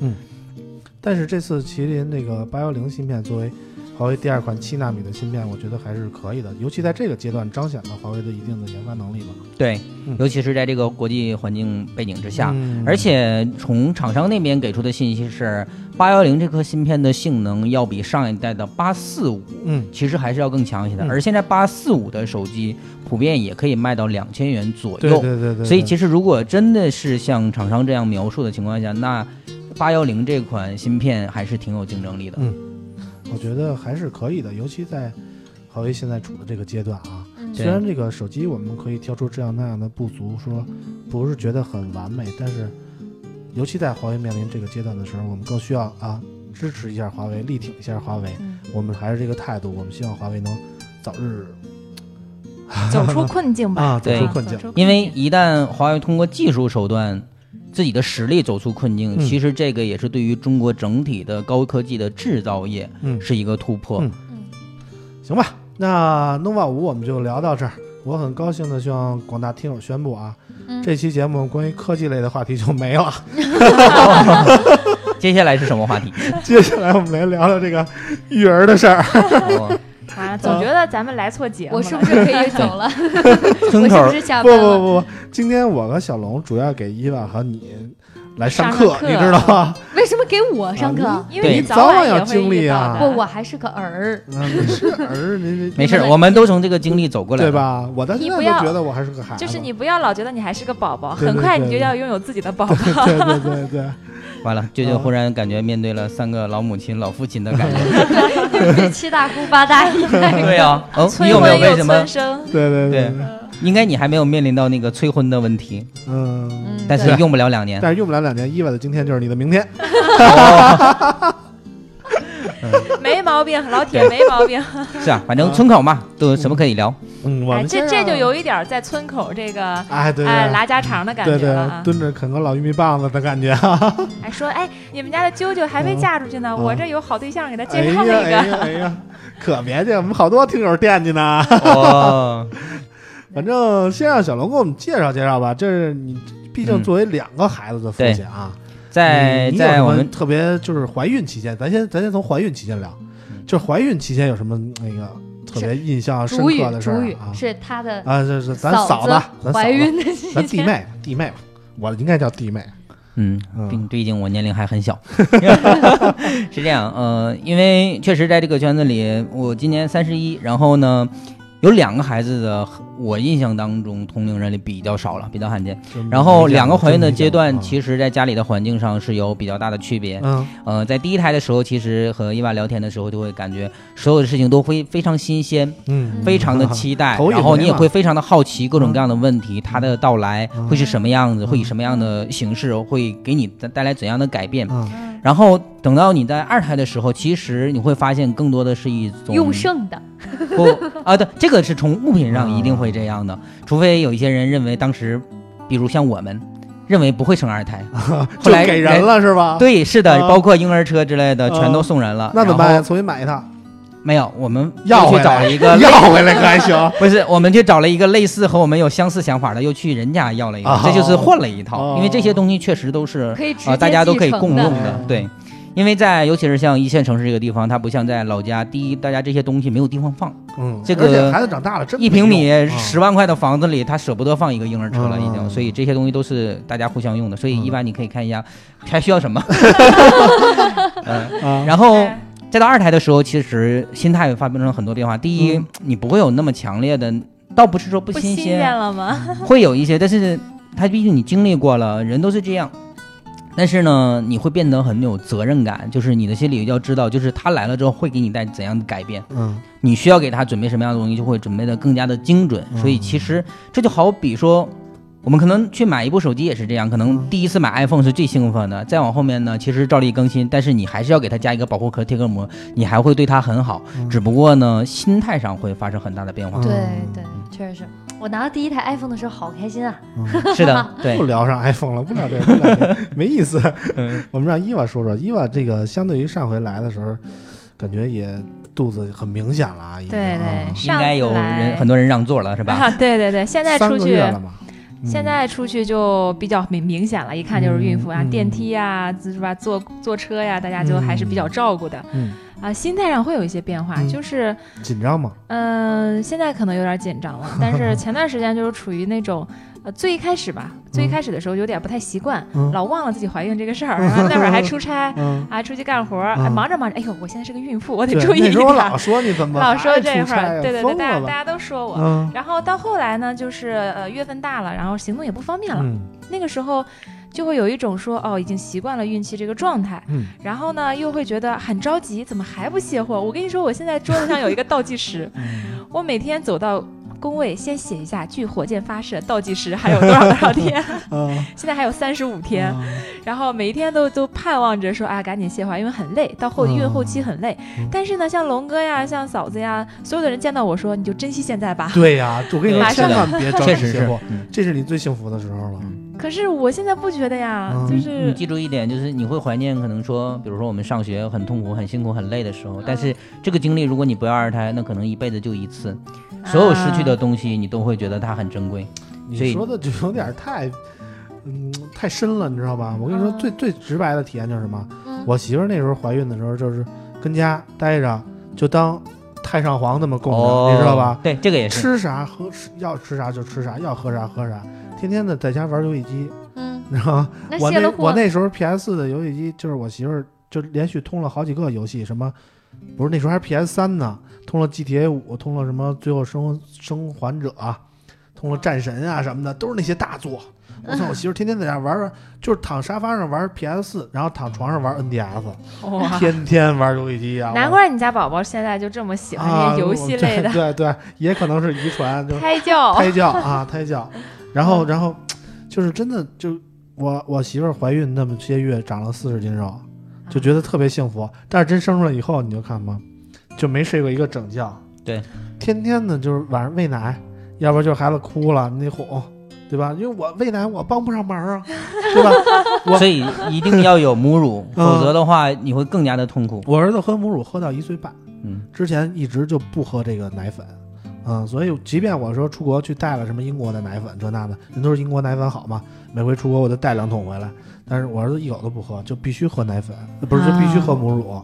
但是这次麒麟那个八幺零芯片作为华为第二款七纳米的芯片，我觉得还是可以的，尤其在这个阶段彰显了华为的一定的研发能力嘛。对，嗯尤其是在这个国际环境背景之下，嗯而且从厂商那边给出的信息是，八幺零这颗芯片的性能要比上一代的八四五嗯其实还是要更强一些的。嗯而现在八四五的手机普遍也可以卖到两千元左右，对对对对对，所以其实如果真的是像厂商这样描述的情况下，那八幺零这款芯片还是挺有竞争力的。嗯我觉得还是可以的，尤其在华为现在处的这个阶段啊。嗯虽然这个手机我们可以挑出这样那样的不足，说不是觉得很完美，但是尤其在华为面临这个阶段的时候，我们更需要啊支持一下华为，力挺一下华为。嗯我们还是这个态度，我们希望华为能早日嗯走出困境吧，啊走对出困境走。出因为一旦华为通过技术手段。自己的实力走出困境，嗯其实这个也是对于中国整体的高科技的制造业嗯，是一个突破。嗯行吧，那 nova 五我们就聊到这儿。我很高兴的向广大听友宣布啊，嗯这期节目关于科技类的话题就没了。接下来是什 么话题？接下来我们来聊聊这个育儿的 事儿。哦啊，嗯总觉得咱们来错节目了。我是不是可以走 了？村我是口不是下不班不了？不不，今天我和小龙主要给伊娃和你来上上课，上啊课你知道 吗？为什么给我上课？啊 因对为你早晚晚也要会经历遇到啊的不，我还是个儿。啊，你是儿，你 没事，我们都从这个经历走过你来，对？吧？我到现你在不都要觉得我还是个孩子， 就是你不要老觉得你还是个宝宝， 对对很快你就对要拥有自己的 宝宝。对对对对，完了，舅舅啊忽然感觉面对了三个老母亲、老父亲的感 觉。七大姑八大姨，对啊，哦，你催有没有婚为又什催么？生，对对对，应该你还没有面临到那个催婚的问题，嗯。但是对用不了两年。但是用不了两年，伊娃的今天就是你的明天。没毛病，老铁没毛病。是啊，反正村口嘛，都有什么可以聊。嗯， 我哎，们这先这就让有一点儿在村口这个哎， 对哎对拉家常的感对觉了对，啊。蹲着啃个老玉米棒子的感觉。啊 哎，说哎，你们家的啾啾还没嗯嫁出去呢，我嗯这有好对象给他哎介呀绍一哎个。呀哎呀，可别介，我们好多听友惦记呢。哦，反正先让小龙给我们介绍介绍吧，这是你毕竟嗯作为两个孩子的父亲啊，在你你有在什么我们特别就是怀孕期间，咱先咱先从怀孕期间聊，嗯就是怀孕期间有什么那个特别印象深主语刻的事主儿语啊？是他的啊，这是咱嫂子咱嫂怀子，孕的期咱间，弟妹弟妹吧，我应该叫弟妹。嗯，嗯毕毕竟我年龄还很小， 是这样，呃，因为确实在这个圈子里，我今年三十一，然后呢，有两个孩子的，我印象当中同龄人里比较少了，比较罕见。嗯然后两个怀孕的阶段，实其实在家里的环境上是有比较大的区别。啊嗯呃，在第一胎的时候，其实和伊娃聊天的时候，就会感觉所有的事情都会非常新鲜，嗯非常的 期待头一，回然后你也嘛会非常的好奇各种各样的问题，它的到来嗯会是什么样子，会以嗯什么样的形式，会给你带带来怎样的改变。嗯然后等到你在二胎的时候，其实你会发现更多的是一种用剩的，不啊，对，这个是从物品上一定嗯会这样的，除非有一些人认为当时，比如像我们，认为不会生二胎，就后来给人了是吧？，对，是的，啊包括婴儿车之类的，啊全都送人了。那怎么然办？后？重新买一套，没有，我们要又回去找来了一个类， 要回来可还行？ 不是，我们去找了一个类似和我们有相似想法的，又去人家要了一个，哦这就是换了一套，哦因为这些东西确实都是可以直接啊、大家都可以共用继承的的，对。因为在尤其是像一线城市这个地方，它不像在老家，第一，大家这些东西没有地方放，嗯，这而且个孩子长大了，真一平米没用啊十万块的房子里，他舍不得放一个婴儿车了，已嗯经。所以这些东西都是大家互相用的，所以嗯一般你可以看一下还需 要什么。 嗯，啊，然后对再到二胎的时候，其实心态发生了很多变化。第一嗯，你不会有那么强烈的，倒不是说不不新新鲜鲜， 了吗？会有一些，但是它毕竟你经历过了，人都是这样。但是呢，你会变得很有责任感，就是你的心里要知道，就是他来了之后会给你带怎样的改变。嗯你需要给他准备什么样的东西，就会准备的更加的精准。嗯所以其实这就好比说，我们可能去买一部手机也是这样，可能嗯第一次买 iPhone 是最兴奋的，再往后面呢，其实照例更新，但是你还是要给它加一个保护壳、贴个膜，你还会对它很好，嗯只不过呢，心态上会发生很大的变化。嗯对对，确实是。我拿到第一台 iPhone 的时候，好开心啊！嗯是的，对 不，聊上 iPhone 了，不聊这个，不聊这个，没意 思。嗯我们让伊娃说说，伊娃这个相对于上回来的时候，感觉也肚子很明显了啊，已经对啊对，上应该有人很多人让座 了，是吧？啊， 对对对，现在三出个去月了嘛，嗯现在出去就比较明明显了，一看就是孕妇啊，嗯嗯电梯呀、是吧？坐坐车呀、大家就还是比较照顾的、嗯啊。心态上会有一些变化，嗯就是紧张嘛，嗯、呃现在可能有点紧 张了，但是前段时间就是处于那种。呃，最一开始吧，最一开始的时候有点不太习惯，嗯老忘了自己怀孕这个 事儿，然后那会儿还出差，嗯，啊，出去干活儿，嗯哎忙着忙着，哎呦，我现在是个孕妇，我得对， 注意那一时候我点，老说你怎么老说还这出会差儿，呀对对对，哎疯大了家大吧？家都说我，嗯然后到后来呢，就是呃月份大了，然后行动也不方便了，嗯那个时候就会有一种说哦，已经习惯了孕期这个状态，嗯，，然后呢又会觉得很着急，怎么还不卸货？我跟你说，我现在桌子上有一个倒计时嗯我每天走到。工位先写一下，距火箭发射倒计时还有多少多少天？嗯现在还有三十五天，啊然后每一天都都盼望着说啊，赶紧卸怀，因为很累，到后嗯孕后期很累。但是呢，像龙哥呀，像嫂子呀，所有的人见到我说，你就珍惜现在吧。对呀，我跟你说，马千上万别着嗯确急实卸是货，。嗯这是你最幸福的时候了。可是我现在不觉得呀，嗯就你是记住一点，就是你会怀念，可能说，比如说我们上学很痛苦、很辛苦、很累的时候，但是嗯这个经历，如果你不要二胎，那可能一辈子就一次，啊所有失去的东西，你都会觉得它很珍贵。你这说的就有点太，嗯，太深了，你知道吧？我跟你说，嗯最最直白的体验就是什么？嗯我媳妇儿那时候怀孕的时候，就是跟家待着，就当太上皇那么供着，哦，你知道吧？？对，这个也是。吃啥喝吃要吃啥就吃啥，要喝啥喝啥，天天的在家玩游戏机，嗯，你知道吗？那我泄那了我货，那时候 PS 的游戏机就是我媳妇儿就连续通了好几个游戏，什么不是那时候还是 PS 三呢，通了 GTA 五，通了什么最后生生还者、啊，通了战神啊什么的，都是那些大作。我操！我媳妇儿天天在家玩玩，就是躺沙发上玩 PS 四，然后躺床上玩 NDS，哇，天天玩游戏机啊！难怪你家宝宝现在就这么喜我欢这些游戏类的啊、对对对，也可能是遗传，就是 胎教。胎教啊，胎教。然后，然后就是真的，就我我媳妇儿怀孕那么些月，长了四十斤肉，就觉得特别幸福。但是真生出来以后，你就看吧，就没睡过一个整觉。对，天天呢就是晚上喂奶，要不然就是孩子哭了你得哄，对吧？因为我喂奶我帮不上忙啊，对吧？我所以一定要有母乳，嗯否则的话你会更加的痛苦。我儿子喝母乳喝到一岁半，嗯， 之前一直就不喝这个奶粉，嗯，所以即便我说出国去带了什么英国的奶粉这那的，人都是英国奶粉好嘛，每回出国我就带两桶回来，但是我儿子一口都不喝，就必须喝奶粉，不是就必须喝母乳。啊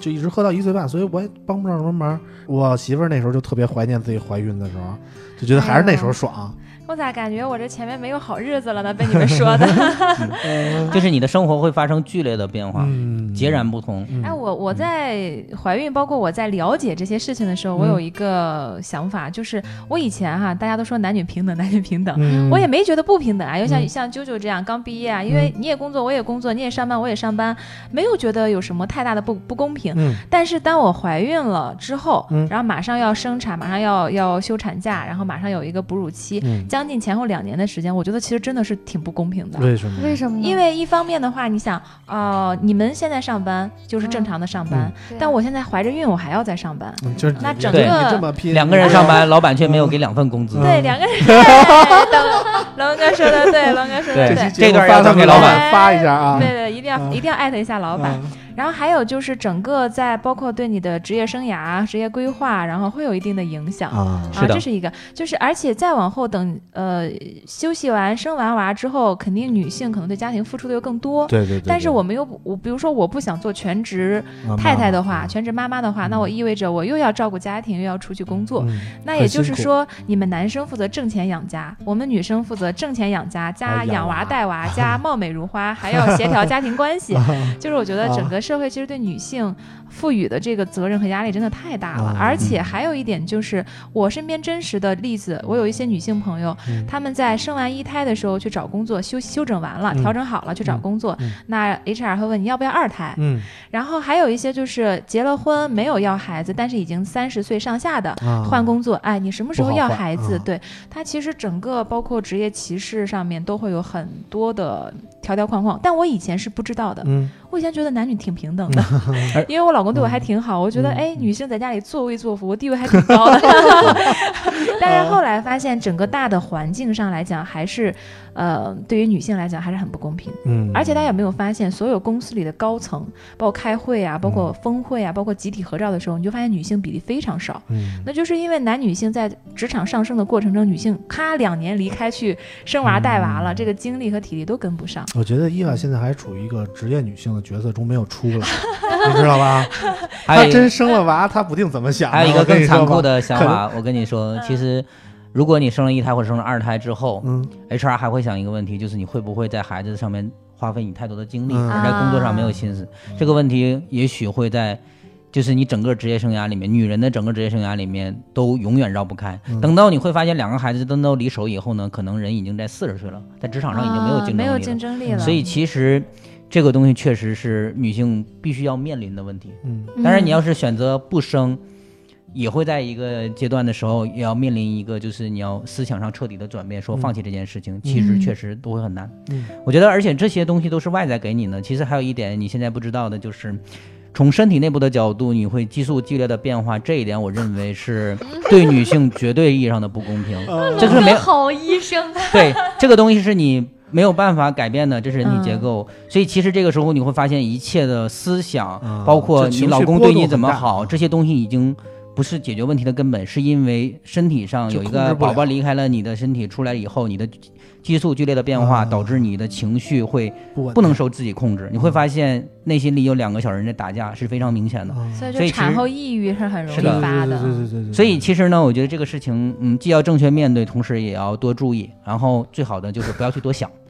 就一直喝到一岁半，所以我也帮不上什么忙。我媳妇儿那时候就特别怀念自己怀孕的时候，就觉得还是那时候爽。我咋感觉我这前面没有好日子了呢？被你们说的。 嗯就是你的生活会发生剧烈的变化，嗯，截然不同。嗯。哎，我我在怀孕，包括我在了解这些事情的时候，我嗯有一个想法，就是我以前哈、大家都说男女平等，男女平等。嗯，我也没觉得不平等啊，又像嗯像啾啾这样刚毕业啊，因为你也工作，我也工作，你也上班，我也上班，没有觉得有什么太大的不不公平。嗯但是当我怀孕了之后，嗯然后马上要生产，马上要要休产假，然后马上有一个哺乳期，嗯，将近前后两年的时间，我觉得其实真的是挺不公平的。为什么？为什么呢？因为一方面的话，你想，哦、你们现在上班就是正常的上嗯班，对但我现在怀着孕，我还要再上班。嗯就是那整对个你这么拼，两个人上班，老板却没有给两份工资嗯。对，两个人。对等龙哥说的对，龙哥说的对对。这段要发交给老板发一下啊。对对，一定要嗯一定要艾特一下老板。嗯然后还有就是整个在包括对你的职业生涯、啊职业规划，然后会有一定的影响。啊，是的啊，这是一个，就是而且再往后等，呃，休息完生完娃之后，肯定女性可能对家庭付出的又更多。对对对。但是我们又不，我比如说我不想做全职对太太的嗯话，，全职妈妈的话，那我意味着我又要照顾家庭，又要出去工作。嗯那很也就辛苦是说，你们男生负责挣钱养家，我们女生负责挣钱养家啊加养养娃娃带娃 加貌美如花，还要协调家庭关系。就是我觉得啊整个社会其实对女性赋予的这个责任和压力真的太大了啊，而且还有一点就是我身边真实的例子，我有一些女性朋友嗯，她们在生完一胎的时候去找工作，修修整完了，嗯调整好了去找嗯工作嗯，那 HR 会问你要不要二胎，嗯然后还有一些就是结了婚没有要孩子，但是已经三十岁上下的。啊，换工作，哎，你什么时候不好要换孩子？啊对他其实整个包括职业歧视上面都会有很多的条条框框，但我以前是不知道的，嗯哎我以前觉得男女挺平 等的，因为我老公对我还挺好，我觉嗯得哎，女性在家里作威作福，我地位还挺 高的。 但是后来发现，整个大的环境上来讲，还是呃，对于女性来讲还是很不公平。嗯，而且大家有没有发现，所有公司里的高层，包括开会啊，包嗯括峰会啊，包括集体合照的时候，你就发现女性比例非常少。嗯那就是因为男女性在职场上升的过程中，女性咔两年离开去生娃带娃嗯了，这个精力和体力都跟不上。我觉得伊娃现在还处于一个职业女性的角色中没有出 来，你知道吧？还她有一真生了娃，她不定怎么想呢。还有一个我跟更你残说酷吧，的想法，我跟你说，其实如果你生了一胎或者生了二胎之后嗯， ，HR 还会想一个问题，就是你会不会在孩子上面花费你太多的精力，嗯而在工作上没有心思？啊这个问题也许会在。就是你整个职业生涯里面，女人的整个职业生涯里面都永远绕不开。嗯等到你会发现，两个孩子都都离手以后呢，可能人已经在四十岁了，在职场上已经没有竞争力啊没了。有竞争力了。嗯所以其实这个东西确实是女性必须要面临的问题。嗯嗯，当然，你要是选择不生，也会在一个阶段的时候，也要面临一个就是你要思想上彻底的转变，说嗯放弃这件事情，其实嗯确实都会很难。嗯，我觉得，而且这些东西都是外在给你的。其实还有一点你现在不知道的就是。从身体内部的角度，你会激素剧烈的变化，这一点我认为是对女性绝对意义上的不公平。嗯呃这是没有好医生，啊对，这个东西是你没有办法改变的，这是人体结嗯构。所以其实这个时候你会发现，一切的思想，啊包括这情你绪老公波对动你很怎么大好，这些东西已经。不是解决问题的根本，是因为身体上就有一控制个不宝宝了离开了你的身体，出来以后，你的激素剧烈的变化啊导致你的情绪会不稳不能定受自己控制，你会发现内心里有两个小人在打架是非常明显的。啊所以所就以其产实后抑郁是很容是易的发对对对的。对对。所以其实呢，我觉得这个事情，嗯，既要正确面对，同时也要多注意，然后最好的就是不要去多想。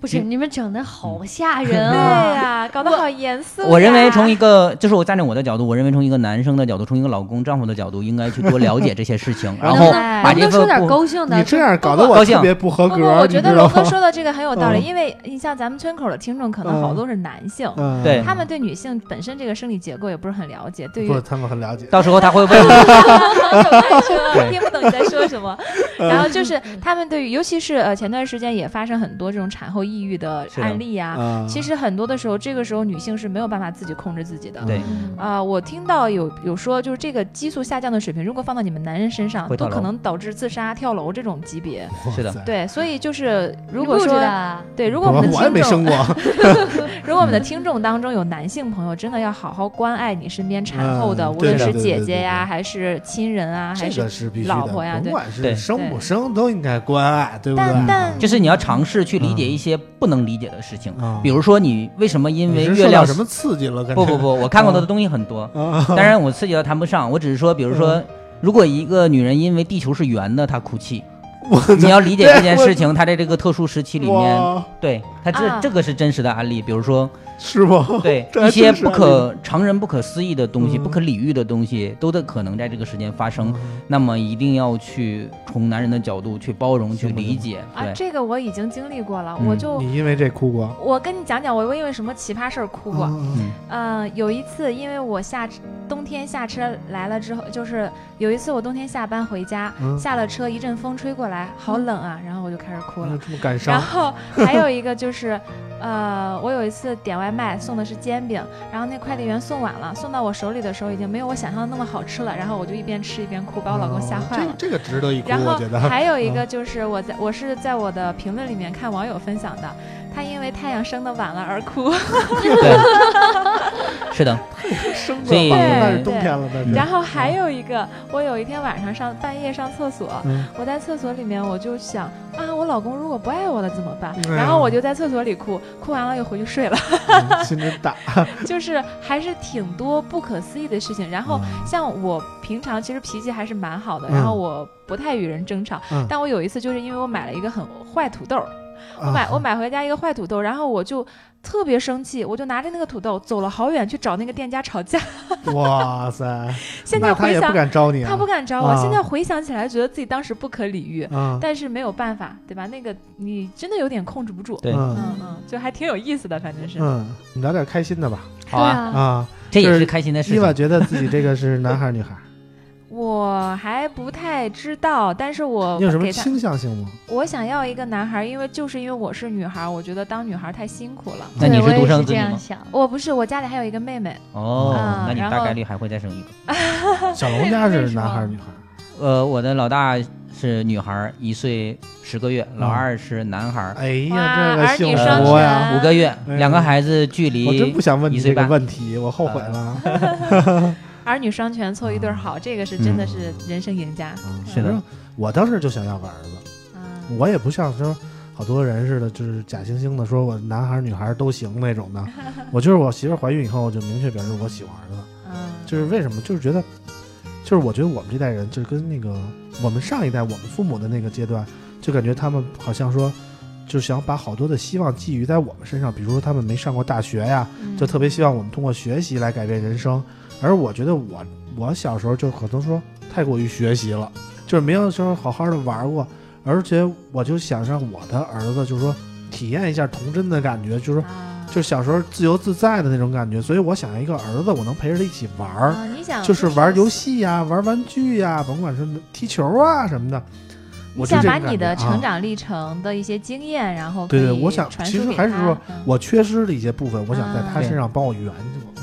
不是你们整的好吓人对啊！呀、搞得好严肃呀。我认为从一个，就是我站在我的角度，我认为从一个男生的角度，从一个老公、丈夫的角度，应该去多了解这些事 情，然能后不把这能能不哎能份说点不高兴的？你这样搞得我高兴特别不合不不，格，我你觉知得道龙吗？哥说的这个很有道理，嗯因为你像咱们村口的听众，可能好多是男性，嗯，对他们对女性本身这个生理结构也不是很了解， 对于不，他们很了解。到时候他 会问我，我听不懂你在说 什么。然嗯后就是他们对于，尤其是呃前段时间也发生很多这种产后抑郁的是的嗯案例啊。啊，其实很多的时候，这个时候女性是没有办法自己控制自己的。对啊、我听到有有说，就是这个激素下降的水平，如果放到你们男人身上会，跳都楼可能导致自杀、跳楼这种级别。是的，对，所以就是如你果不知说道啊对，如果我啊我们的我也没听生嗯众，过，如果我们的听众当中有男性朋友，真的要好好关爱你身边产后的，嗯无对论的是对姐对姐对呀、对还是亲人啊，还这是个是必须老的。婆呀甭对管是对生不生都应该关爱，对不对嗯但？但就是你要尝试去理解一些不能理解的事情，啊比如说你为什么因你为是月受亮到什么刺激了？感 不觉不不，我看过的东西很多，啊，当然我刺激到谈不上，我只是说，比如说。如果一个女人因为地球是圆的，她哭泣， 我 你要理解这件事情，她在这个特殊时期里面哇对他这、啊这个是真实的案例，比如说是吗？对哦这还一些真是不案可常人不可思议的东西、嗯不可理喻的东西，都在可能在这个时间发生。那么一定要去从男人的角度去包容、去行吧理解。啊，对，这个我已经经历过了，嗯我就你因为这哭过？我跟你讲讲，我因为什么奇葩事儿哭嗯过。嗯呃，有一次，因为我下冬天下车来了之后，就是有一次我冬天下班回家，嗯下了车一阵风吹过来，好冷啊，然后我就开始哭了那。这么感然嗯伤，后还有一个就是，呃，我有一次点外卖送的是煎饼，然后那快递员送晚了，送到我手里的时候已经没有我想象的那么好吃了，然后我就一边吃一边哭，把我老公吓坏了哦。这个这个值得一哭，然后我觉得。 嗯还有一个就是我在我是在我的评论里面看网友分享的，他因为太阳升的晚了而哭，对，是的， 生所以冷那是冬天了，那是。然后还有一个我有一天晚上上半夜上厕所，嗯我在厕所里面我就想啊，我老公如果不爱我了怎么办？哎呀然后我就在厕所里哭，哭完了又回去睡了， 嗯心真大。就是还是挺多不可思议的事情。然后啊像我平常其实脾气还是蛮好的，嗯然后我不太与人争吵，嗯但我有一次就是因为我买了一个很坏土豆，我我买我买回家一个坏土豆，然后我就特别生气，我就拿着那个土豆走了好远去找那个店家吵架。哇塞， 现那在他回也不想，敢招你啊。他不敢找我，啊现在回想起来觉得自己当时不可理喻，啊，但是没有办法，对吧？那个你真的有点控制不住。对，嗯嗯嗯，就还挺有意思的，反正是。嗯，我们聊点开心的吧。好啊，嗯啊，啊，这也就是是开心的事伊娃情。觉得自己这个是男孩儿女孩儿？我还不太知道，但是我你有什么哦给他，倾向性 吗？我想要一个男孩，因为就是因为我是女孩，我觉得当女孩太辛苦了。那对你我也独生这子女样吗？想， 我不是，我家里还有一个妹妹，哦，啊那你然大后概率还会再生一个。小龙家是男孩儿女孩儿？呃，我的老大是女孩儿，一岁十个月；老嗯二是男孩儿，哎哇呀，这个儿女幸双福呀！全五个月，哎两个孩子距我真离不想问你一岁这个半问题，我后悔了。儿女双全凑一对儿好，这个是真的是人生赢家。嗯是 反的，正我当时就想要个儿子，啊，我也不像说好多人似的，就是假惺惺的说我男孩儿女孩儿都行那 种的。我就是我媳妇儿怀孕以后，我就明确表示我喜欢儿子。嗯，就是为什么？就是觉得，就是我觉得我们这代人，就是跟那个我们上一代我们父母的那个阶段，就感觉他们好像说，就想把好多的希望寄予在我们身上，比如说他们没上过大学呀，就特别希望我们通过学习来改变人生。而我觉得我我小时候就可能说太过于学习了，就是没有说好好的玩过，而且我就想让我的儿子就是说体验一下童真的感觉，就是说啊就小时候自由自在的那种感觉。所以我想要一个儿子，我能陪着他一起玩儿。啊，你想就是玩游，戏呀、玩玩具呀、甭管是踢球啊什么的。你我就想这种把你的感觉啊成长历程的一些经验，然后对对可以我想传其输实给还是他说 嗯我缺失的一些部分，我想在他嗯身上帮我圆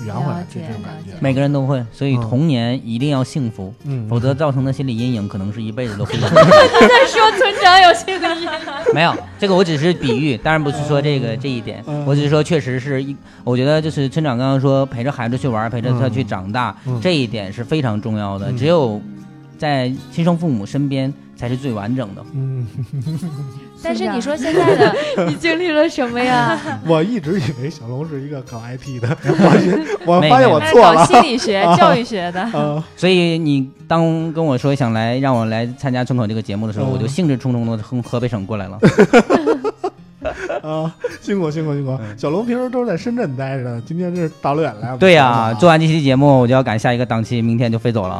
圆回来了，就解这种感了觉。解每个人都会，所以嗯童年一定要幸福，嗯，否则造成的心理阴影可能是一辈子 都会有。再说村长有心理阴影，没有，这个我只是比喻，当然不是说这个这一点，嗯我只是说确实是一，我觉得就是村长刚刚说陪着孩子去玩，陪着他去长大，嗯这一点是非常重要的，嗯只有在亲生父母身边才是最完整的。 嗯，但是 你说现在的 你经历了什么呀？我一直以为小龙是一个搞 IT 的，我觉我没发现 没我那是错搞了。心 理学、教育学的，啊，所以你当跟我说想来让我来参加村口这个节目的时候，嗯我就兴致冲冲的从河北省过 来了。啊，辛苦辛苦辛苦！小龙平时都是在深圳待着，今天这是大老远来我们嗯对呀、啊做完这期节目我就要赶下一个档期，明天就飞走了。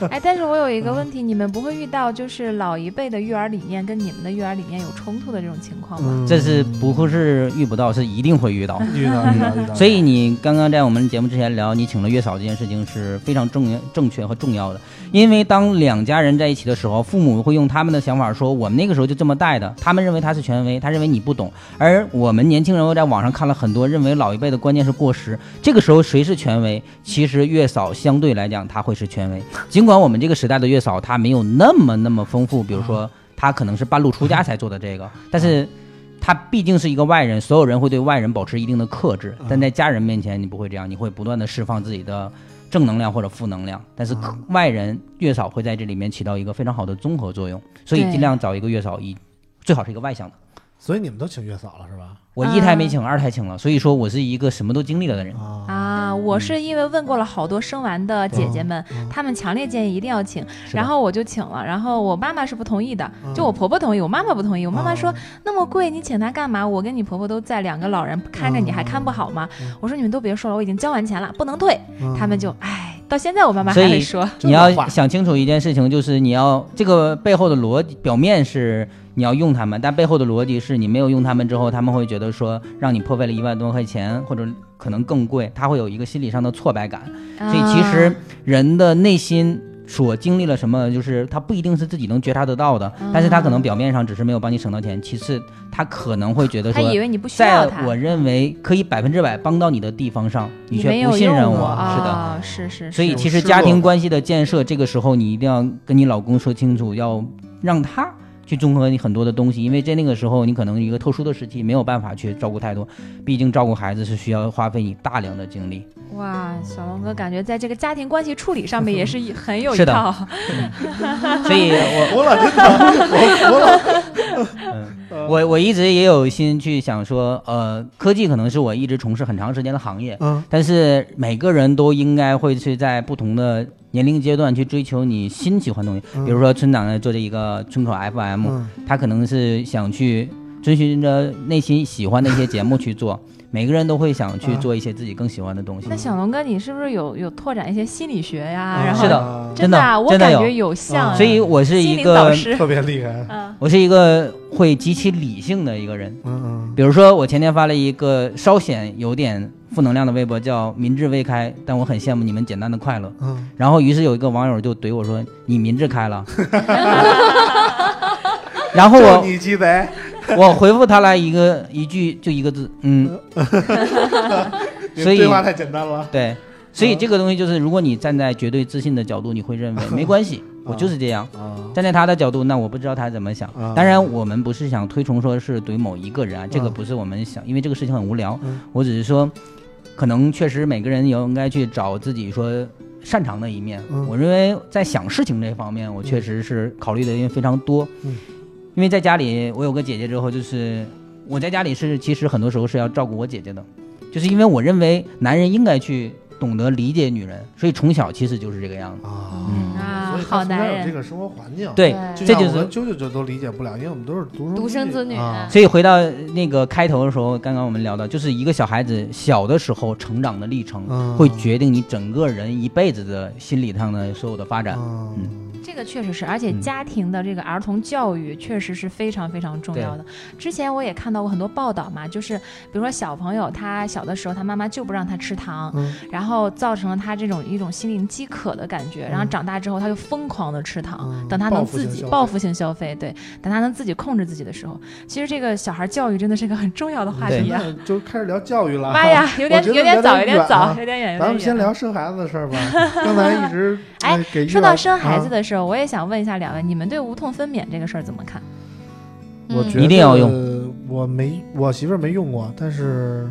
嗯哎，但是我有一个问题，你们不会遇到就是老一辈的育儿理念跟你们的育儿理念有冲突的这种情况吗？嗯这是不是遇不到，是一定会遇到。遇到遇到遇到， 所以你刚刚在我们节目之前聊你请了月嫂这件事情是非常正正确和重要的，因为当两家人在一起的时候，父母会用他们的想法说我们那个时候就这么带的，他们认为他是权威，他认为你不懂，而我们年轻人又在网上看了很多认为老一辈的观念是过时，这个时候谁是权威？其实月嫂相对来讲她会是权威，尽管我们这个时代的月嫂她没有那么那么丰富，比如啊说她可能是半路出家才做的这个，但是。她毕竟是一个外人，所有人会对外人保持一定的克制啊，但在家人面前你不会这样，你会不断的释放自己的正能量或者负能量。但是啊外人月嫂会在这里面起到一个非常好的综合作用，所以对尽量找一个月嫂一，最好是一个外向的，所以你们都请月嫂了是吧？我一胎没请，二胎请了，所以说我是一个什么都经历了的人。啊，啊，我是因为问过了好多生完的姐姐们，嗯她们强烈建议一定要请，是吧然后我就请了，然后我妈妈是不同意的，嗯就我婆婆同意，我妈妈不同意。我妈妈说啊那么嗯贵，你请她干嘛？我跟你婆婆都在，两个老人看着你还看不好吗嗯？我说你们都别说了，我已经交完钱了，不能退。嗯他们就唉，到现在我妈妈还所以会说，这你么要坏想清楚一件事情，就是你要这个背后的逻辑，表面是你要用他们，但背后的逻辑是你没有用他们之后，他们会觉得说让你破费了一万多块钱，或者可能更贵，他会有一个心理上的挫败感。 啊所以其实人的内心所经历了什么，就是他不一定是自己能觉察得到的，嗯但是他可能表面上只是没有帮你省到钱，其次他可能会觉得她说，以为你不需在要她，我认为可以百分之百帮到你的地方上，你没却有不信用任我是的。啊，是是，所以是其实家庭关系的建设，这个时候你一定要跟你老公说清楚，要让他去综合你很多的东西，因为在那个时候你可能一个特殊的时期没有办法去照顾太多，毕竟照顾孩子是需要花费你大量的精力。哇，小龙哥感觉在这个家庭关系处理上面也是一很有一是的套。所以我 嗯服了，真的，我服 了。我我一直也有心去想说，呃，科技可能是我一直从事很长时间的行业，嗯，但是每个人都应该会去在不同的年龄阶段去追求你新喜欢的东嗯西，比如说村长呢做这一个村口 FM，、嗯他可能是想去遵循着内心喜欢的一些节目去 做。每个人都会想去啊做一些自己更喜欢的东西嗯那。小龙哥，你是不是有有拓展一些心理学呀？嗯然后是的啊真真的啊我真的感有觉有像啊嗯所以我是一心灵导个，师。特别厉害。嗯我是一个会极其理性的一个人。嗯比如说，我前天发了一个稍显有点负能量的微博，叫“民智未开”，但我很羡慕你们简单的快乐。嗯嗯，然后，于是有一个网友就怼我说：“你民智开 了。”然后就我你鸡贼，我回复他来一个一句就一个字， 嗯，你所以对话太简单了。对，所以嗯这个东西就是，如果你站在绝对自信的角度，你会认为没关系，我就是这样。啊，站在他的角度，那我不知道他怎么想嗯。当然，我们不是想推崇说是怼某一个人啊，这个嗯不是我们想，因为这个事情很无聊嗯。我只是说，可能确实每个人也应该去找自己说擅长的一面嗯。我认为在想事情这方面，我确实是考虑的因为非常多嗯。因为在家里，我有个姐姐之后，就是我在家里是其实很多时候是要照顾我姐姐的，就是因为我认为男人应该去懂得理解女人，所以从小其实就是这个样子。啊，嗯啊所以，他好从小男有这人。个生活环境，，对，就这像就我是跟啾啾就都理解不了，因为我们都是独生独生子女啊。所以回到那个开头的时候，刚刚我们聊到，就是一个小孩子小的时候成长的历程，嗯会决定你整个人一辈子的心理上的所有的发展。嗯这个确实是，而且嗯家庭的这个儿童教育确实是非常非常重要的。之前我也看到过很多报道嘛，就是比如说小朋友他小的时候，他妈妈就不让他吃糖，嗯然后造成了他这种一种心灵饥渴的感觉，然后长大之后他就疯狂的吃糖，嗯等他能自报复性己消费报复性消费，对，等他能自己控制自己的时候，其实这个小孩教育真的是一个很重要的话题对啊。那就开始聊教育了。妈呀，有 我点觉得有点早，有点点远早啊，有点远，有点远。咱们先聊生孩子的事儿 吧。刚才一直哎呃给育说到儿生孩子啊的事儿，我也想问一下两位，你们对无痛分娩这个事儿怎么看？我嗯觉得一定要我没，我媳妇儿没用过，但是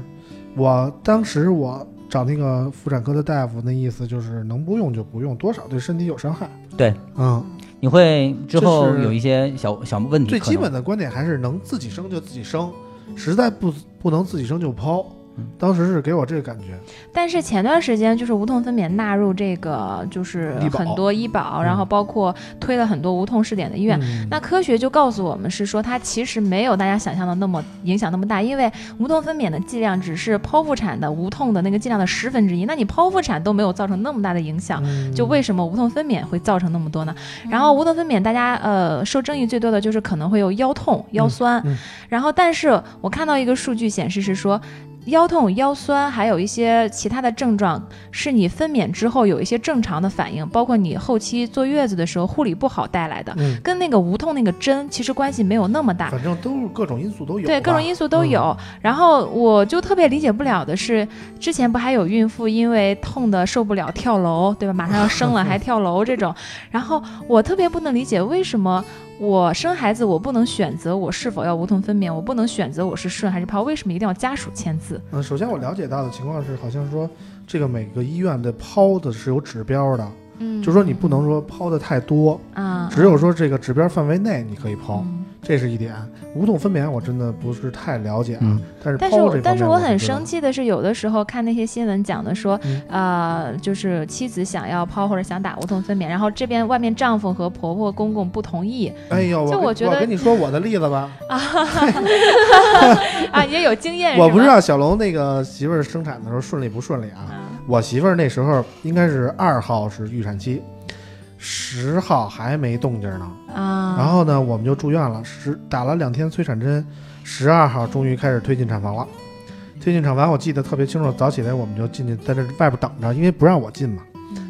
我当时我找那个妇产科的大夫，那意思就是能不用就不用，多少对身体有伤害。对，嗯，你会之后就是有一些小小问题，最基本。的观点还是能自己生就自己生，实在不不能自己生就剖嗯。当时是给我这个感觉，但是前段时间就是无痛分娩纳入这个就是医保很多医保，然后包括推了很多无痛试点的医院。嗯那科学就告诉我们是说，它其实没有大家想象的那么影响那么大，因为无痛分娩的剂量只是剖腹产的无痛的那个剂量的十分之一，那你剖腹产都没有造成那么大的影响，嗯就为什么无痛分娩会造成那么多呢？然后无痛分娩，大家呃受争议最多的就是可能会有腰痛、腰酸，嗯然后但是我看到一个数据显示是说。腰痛、腰酸，还有一些其他的症状，是你分娩之后有一些正常的反应，包括你后期坐月子的时候护理不好带来的，嗯，跟那个无痛那个针其实关系没有那么大。反正都是各种因素都有吧，嗯对，各种因素都有。然后我就特别理解不了的是，之前不还有孕妇因为痛的受不了跳楼，对吧？马上要生了还跳楼这种。然后我特别不能理解为什么。我生孩子，我不能选择我是否要无痛分娩，我不能选择我是顺还是剖，为什么一定要家属签字？嗯，首先我了解到的情况是，好像说这个每个医院的剖的是有指标的，嗯就说你不能说剖的太多，啊、只有说这个指标范围内你可以剖，嗯这是一点。无痛分娩我真的不是太了解啊，嗯但是但剖是这我方但是面我我很知道生，气的是，有的时候看那些新闻讲的说嗯，呃，就是妻子想要剖或者想打无痛分娩，然后这边外面丈夫和婆婆公公不同意哎呦，我就跟我觉得我跟你说我的例子 吧，啊，也有经验，我不知是吗。道小龙那个媳妇儿生产的时候顺利不顺利啊。我媳妇儿那时候应该是二号是预产期，十号还没动静呢。啊，然后呢，我们就住院了，十打了两天催产针，十二号终于开始推进产房了。推进产房，我记得特别清楚，早起来我们就进去，在这外边等着，因为不让我进嘛，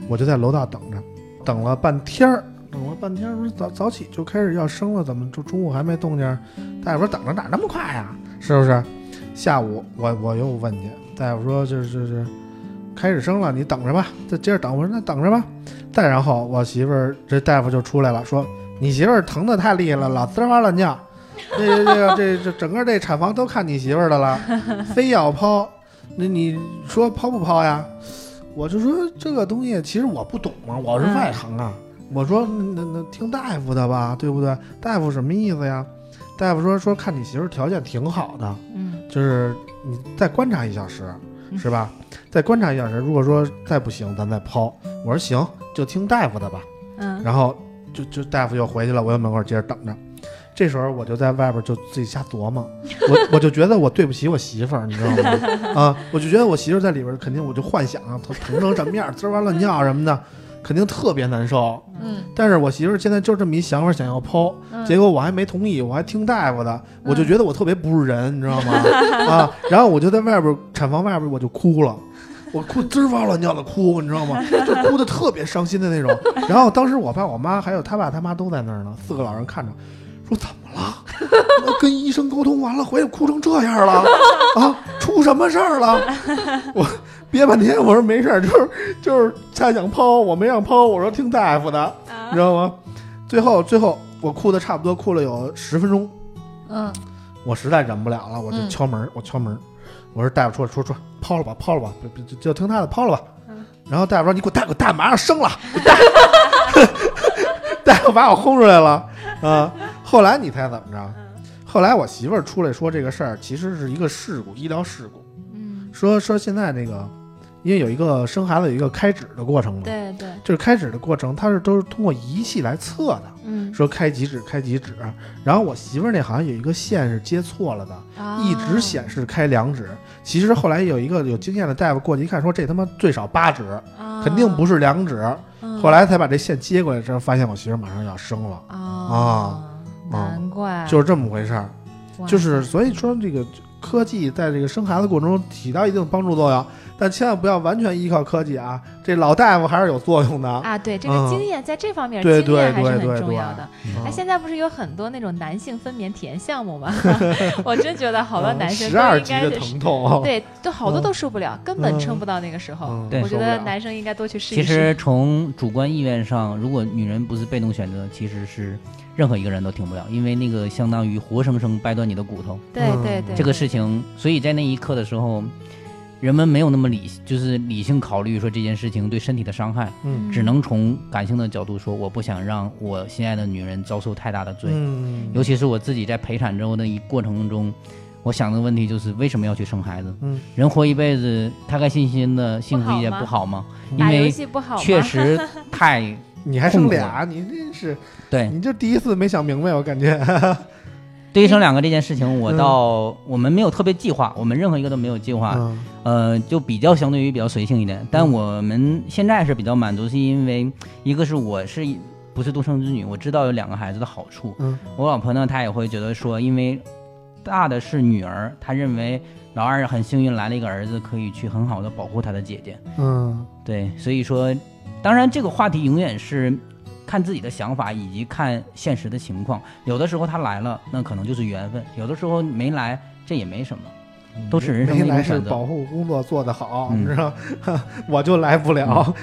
我就在楼道等着，等了半天儿，等了半天儿，不是早早起就开始要生了，怎么就中午还没动静儿？大夫说等着哪儿那么快呀、是不是？下午我我又问去，大夫说就是就是开始生了，你等着吧，再接着等。我说那等着吧。再然后我媳妇儿这大夫就出来了，说你媳妇儿疼的太厉害了，老滋哇乱叫，这这这这这整个这产房都看你媳妇儿的了，非要剖，那你说剖不剖呀？我就说这个东西其实我不懂啊，我是外行啊。我说那那那听大夫的吧，对不对？大夫什么意思呀？大夫说说看你媳妇儿条件挺好的，嗯，就是你再观察一小时，嗯是吧？再观察一小时，如果说再不行，咱再剖。我说行，就听大夫的吧。嗯，然后就就大夫又回去了，我又门口接着等着。这时候我就在外边就自己瞎琢 磨，我我就觉得我对不起我媳妇儿，你知道 吗？啊，我就觉得我媳妇儿在里边肯定我就幻想她疼成什么样，滋哇乱叫什么的，肯定特别难受。嗯，但是我媳妇儿现在就这么一想法，想要剖，嗯结果我还没同意，我还听大夫的，我就觉得我特别不是人，你知道吗？啊，然后我就在外边产房外边我就哭了。我哭滋哇乱叫的哭，你知道吗？就哭的特别伤心的那种。然后当时我爸、我妈还有他爸、他妈都在那儿呢，四个老人看着，说怎么了？我跟医生沟通完了，回来哭成这样了啊？出什么事儿了？ 我憋半天，我说没事儿，就是就是他想剖，我没让剖，我说听大夫的，你知道吗？最后最后我哭的差不多哭了有十分钟，嗯，我实在忍不了了，我就嗯敲门，我敲门，我说大夫出来出来出来，抛了吧抛了吧，别别就就听他的抛了吧。然后大夫说你滚蛋滚蛋，马上生了， 滚蛋。大夫把我轰出来了啊、后来你猜怎么着？后来我媳妇儿出来说这个事儿其实是一个事故，医疗事故。嗯，说说现在那个，因为有一个生孩子有一个开指的过程嘛，对对，就是开指的过程，它是都是通过仪器来测的，嗯，说开几指开几指，然后我媳妇儿那好像有一个线是接错了的，啊一直显示开两指，其实后来有一个有经验的大夫过去一看，说这他妈最少八指，啊，肯定不是两指，嗯，后来才把这线接过来之后，发现我媳妇儿马上要生了，啊，难怪，嗯就是这么回事儿。哎哇就是所以说这个科技在这个生孩子过程中起到一定的帮助作用，但千万不要完全依靠科技啊，这老大夫还是有作用的。啊，对嗯这个经验，在这方面对经验对还是对对很重对要的。嗯哎，现在不是有很多那种男性分娩体验项目吗？ 我真觉得好多男生嗯十二都应级该的是疼痛啊，对，都好嗯多都受不了，根本撑不到那个时候。嗯对我觉得男生应该多去试一其试。实从主观意愿上，如果女人不是被动选择，其实是任何一个人都挺不了，因为那个相当于活生生掰断你的骨头。对嗯对对，这个事情，所以在那一刻的时候，人们没有那么理，就是理性考虑说这件事情对身体的伤害，嗯只能从感性的角度说，我不想让我心爱的女人遭受太大的罪。嗯，尤其是我自己在陪产之后的一过程中，我想的问题就是为什么要去生孩子？嗯，人活一辈子，开开心心的，幸福一点不不好吗？因打游为戏不好吗？确 实太你还生俩，你真是，对你这第一次没想明白，我感觉。对于生两个这件事情，我嗯倒我们没有特别计划，我们任何一个都没有计划。嗯呃，就比较相对于比较随性一点。但我们现在是比较满足，是因为一个是我是不是独生子女，我知道有两个孩子的好处。嗯，我老婆呢，她也会觉得说，因为大的是女儿，她认为老二很幸运来了一个儿子，可以去很好的保护她的姐姐。嗯，对，所以说，当然这个话题永远是。看自己的想法以及看现实的情况，有的时候他来了，那可能就是缘分；有的时候没来，这也没什么，都是人生没的一种来是选择。保护工作做得好，嗯你知道， 我就来不了。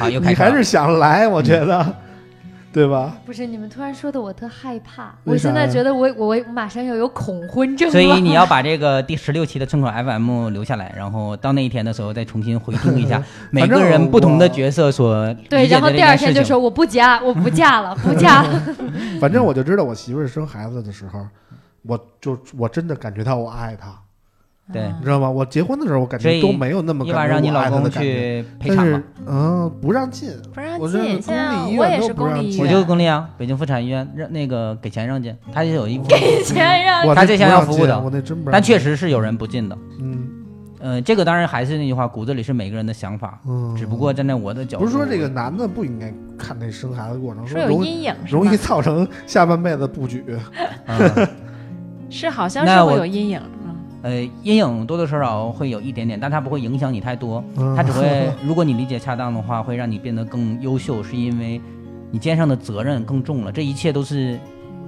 好，又开你始了嗯还是想来，我觉得。对吧？不是你们突然说的，我特害怕。为我啥呀现在觉得我我我马上要有恐婚 症了。所以你要把这个第十六期的村口 FM 留下来，然后到那一天的时候再重新回听一嗯下每个人不同的角色所理对，解然的后这第二件天事就情。说我不嫁，我不嫁 了，不嫁了。反正我就知道我媳妇儿生孩子的时候，我就我真的感觉到我爱她，对嗯嗯你知道吗？我结婚的时候，我感所觉以都没有那么一感般觉让你我爱她老的公感觉。去陪但产是嘛？，嗯，不让进，不让我这进，公现在立医我院也都是不让公立医进我 院，就公立啊，北京妇产医院让那个给钱让进，他也有 一部分，以前让我他那这项不要让服务进的我那真不让进。但确实是有人不进的。嗯，呃，这个当然还是那句话，骨子里是每个人的想法，嗯只不过站在我的角度，不是说这个男的不应该看那生孩子过程，说有容易阴影是容易吗？造成下半辈子不举。嗯，是好像是那会我有阴影，嗯呃，阴影多多少少会有一点点，但它不会影响你太多，嗯它只会，如果你理解恰当的话，会让你变得更优秀，是因为你肩上的责任更重了，这一切都是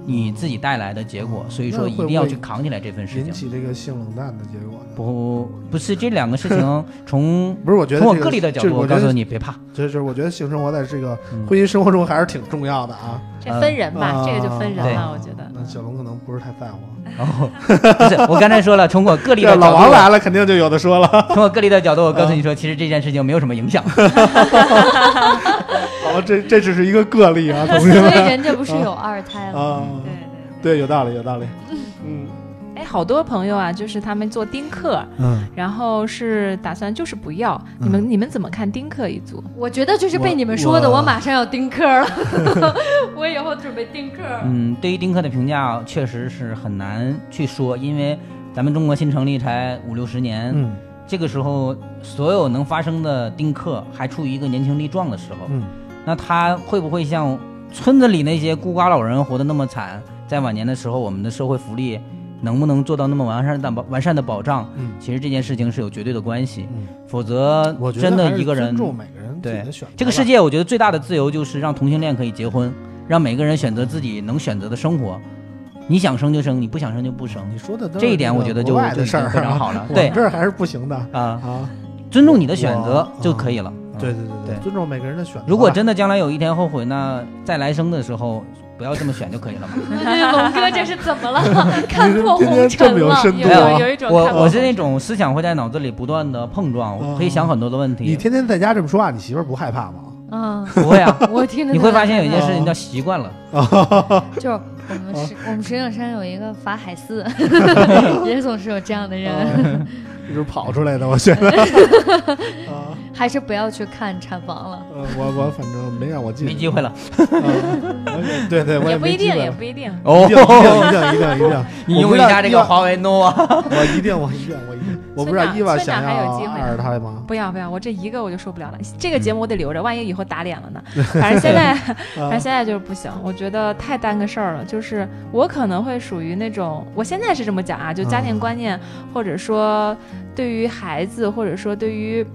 你自己带来的结果，所以说那一会不定要会去扛起来这份事引情。起这个性冷淡的结果呢。不，不是这两个事 情从。不是，我觉得从我这个例的角就是度，我我觉告诉得你别怕，就是我觉得性生活在这个嗯婚姻生活中还是挺重要的啊。这分人吧，啊这个就分人嗯对了，我觉得。那小龙可能不是太在乎。然后哦不是我刚才说了，从我个例这的角 老王度，来了，肯定就有的说了。从我个例的角度，我告诉 你说，其实这件事情没有什么影响。好，这这只是一个个例啊，同所 学以们人家不是有二胎了吗？啊，对对，有道理，有道理。嗯对，哎，好多朋友啊，就是他们做丁克，嗯，然后是打算就是不要。你嗯们你们怎么看丁克一族？我觉得就是被我你们说的，我我马上要丁克了， 我以后准备丁克了。嗯，对于丁克的评价确实是很难去说，因为咱们中国新成立才五六十年，嗯这个时候所有能发生的丁克还处于一个年轻力壮的时候，嗯那他会不会像村子里那些孤寡老人活得那么惨？在晚年的时候，我们的社会福利能不能做到那么完善的保完善的保障？嗯其实这件事情是有绝对的关系，嗯，否则我觉得真还的是一个人尊重每个人自己的选择吧。这个世界，我觉得最大的自由就是让同性恋可以结婚，让每个人选择自己能选择的生活。你想生就生，你不想生就不生你。说的都是这一点个我觉得就国外就的已事经儿非常啊，好 了。我对们这儿还是不行的啊，啊。尊重你的选择我就可以了。嗯对对对对尊重每个人的选择吧。啊如果真的将来有一天后悔，那再来生的时候不要这么选就可以了嘛。龙哎哥这是怎 么了？看破今天这红尘么有了。深度有啊有！有一种看我法我是那种思想会在脑子里不断的碰撞，我可以想很多的问你题。天天在家这么说啊话，你媳妇儿不害怕吗？ 嗯，不 会啊，我听着你会发现有一件些事情叫习惯了。就是我们石我们石景山有一个法海 寺，也总是有这样的哦人，啊就是跑出来的，我觉得。啊，还是不要去看产房了。 呃我我反正没让我进，没机会了啊我也对对，我也不没一机定，会也了不一定。一哦定一定一定一定一定， 你用一下这个华为啊 nova，我一定我一定我一定，我不知道伊娃村长想还有要机会呢二胎吗？不要不要，我这一个我就受不了了。这个节目我得留着，万一以后打脸了 呢？反正现在，反正啊现在就是不行，我觉得太耽搁事儿了。就是我可能会属于那种，我现在是这么讲啊，就家庭观念，或者说对于孩子，或者说对于。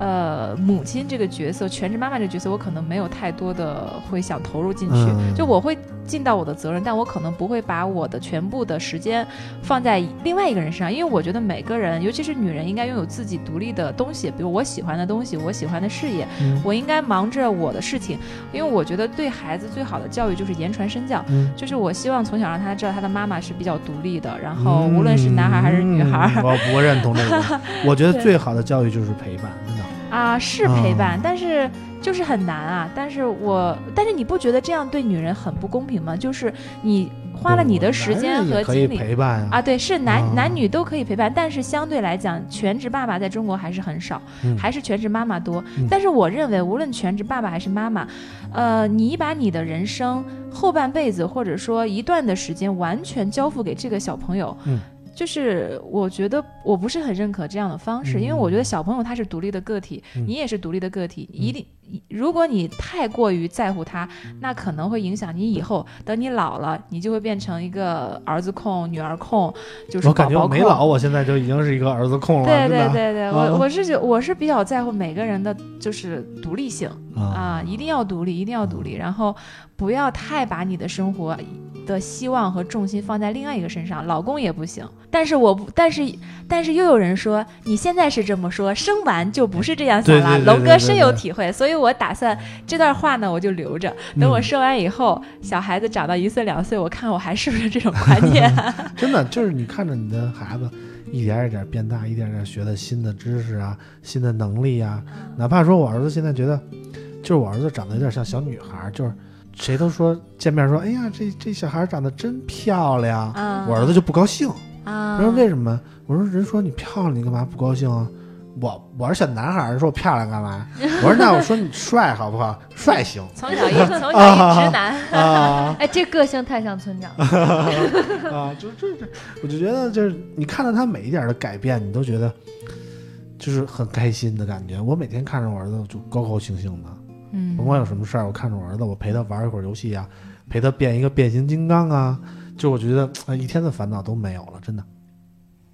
呃，母亲这个角色，全职妈妈这个角色，我可能没有太多的会想投入进去，嗯就我会尽到我的责任，但我可能不会把我的全部的时间放在另外一个人身上，因为我觉得每个人，尤其是女人，应该拥有自己独立的东西，比如我喜欢的东西，我喜欢的事业，嗯我应该忙着我的事情，因为我觉得对孩子最好的教育就是言传身教，嗯就是我希望从小让他知道他的妈妈是比较独立的，然后无论是男孩还是女孩儿、嗯我不认同这 个。我觉得最好的教育就是陪伴，真的。啊是陪伴，但是就是很难啊。但是我，但是你不觉得这样对女人很不公平吗？就是你花了你的时嗯间男人和也可以精力。陪伴啊啊，对，是男、啊男女都可以陪伴，但是相对来讲，全职爸爸在中国还是很少，嗯还是全职妈妈多。嗯但是我认为，无论全职爸爸还是妈妈，呃，你把你的人生后半辈子或者说一段的时间完全交付给这个小朋友，嗯就是我觉得我不是很认可这样的方式，因为嗯我觉得小朋友他是独立的个体，嗯你也是独立的个体，一定。如果你太过于在乎他，那可能会影响你以后。等你老了，你就会变成一个儿子控、女儿控，就是我感觉宝我宝控没老，。我现在就已经是一个儿子控了，真对对的对对，啊我我是觉我是比较在乎每个人的就是独立性啊啊，一定要独立，一定要独立，然后不要太把你的生活的希望和重心放在另外一个身上，老公也不行。但是我不，但是但是又有人说你现在是这么说，生完就不是这样想对了。对对对龙哥深有对对体会，所以我打算这段话呢，我就留着，等我嗯生完以后，小孩子长到一岁两岁，我看我还是不是这种观 念。真的就是你看着你的孩子一点一点变大，一点一点学的新的知识啊，新的能力啊，嗯哪怕说我儿子现在觉得，就是我儿子长得有点像小女孩儿，就是谁都说见面说，哎呀，这这小孩长得真漂亮，啊我儿子就不高兴。啊我说为什么？我说人说你漂亮，你干嘛不高兴啊？我我是小男孩儿，人说我漂亮干嘛？我说那我说你帅好不好？帅行从小一从小一 直男，啊。哎，这个性太像 村长，啊，就这这，我就觉得就是你看到他每一点的改变，你都觉得就是很开心的感觉。我每天看着我儿子就高高兴兴的，嗯甭管有什么事儿，我看着我儿子，我陪他玩一会儿游戏啊，陪他变一个变形金刚啊，就我觉得哎一天的烦恼都没有了，真的。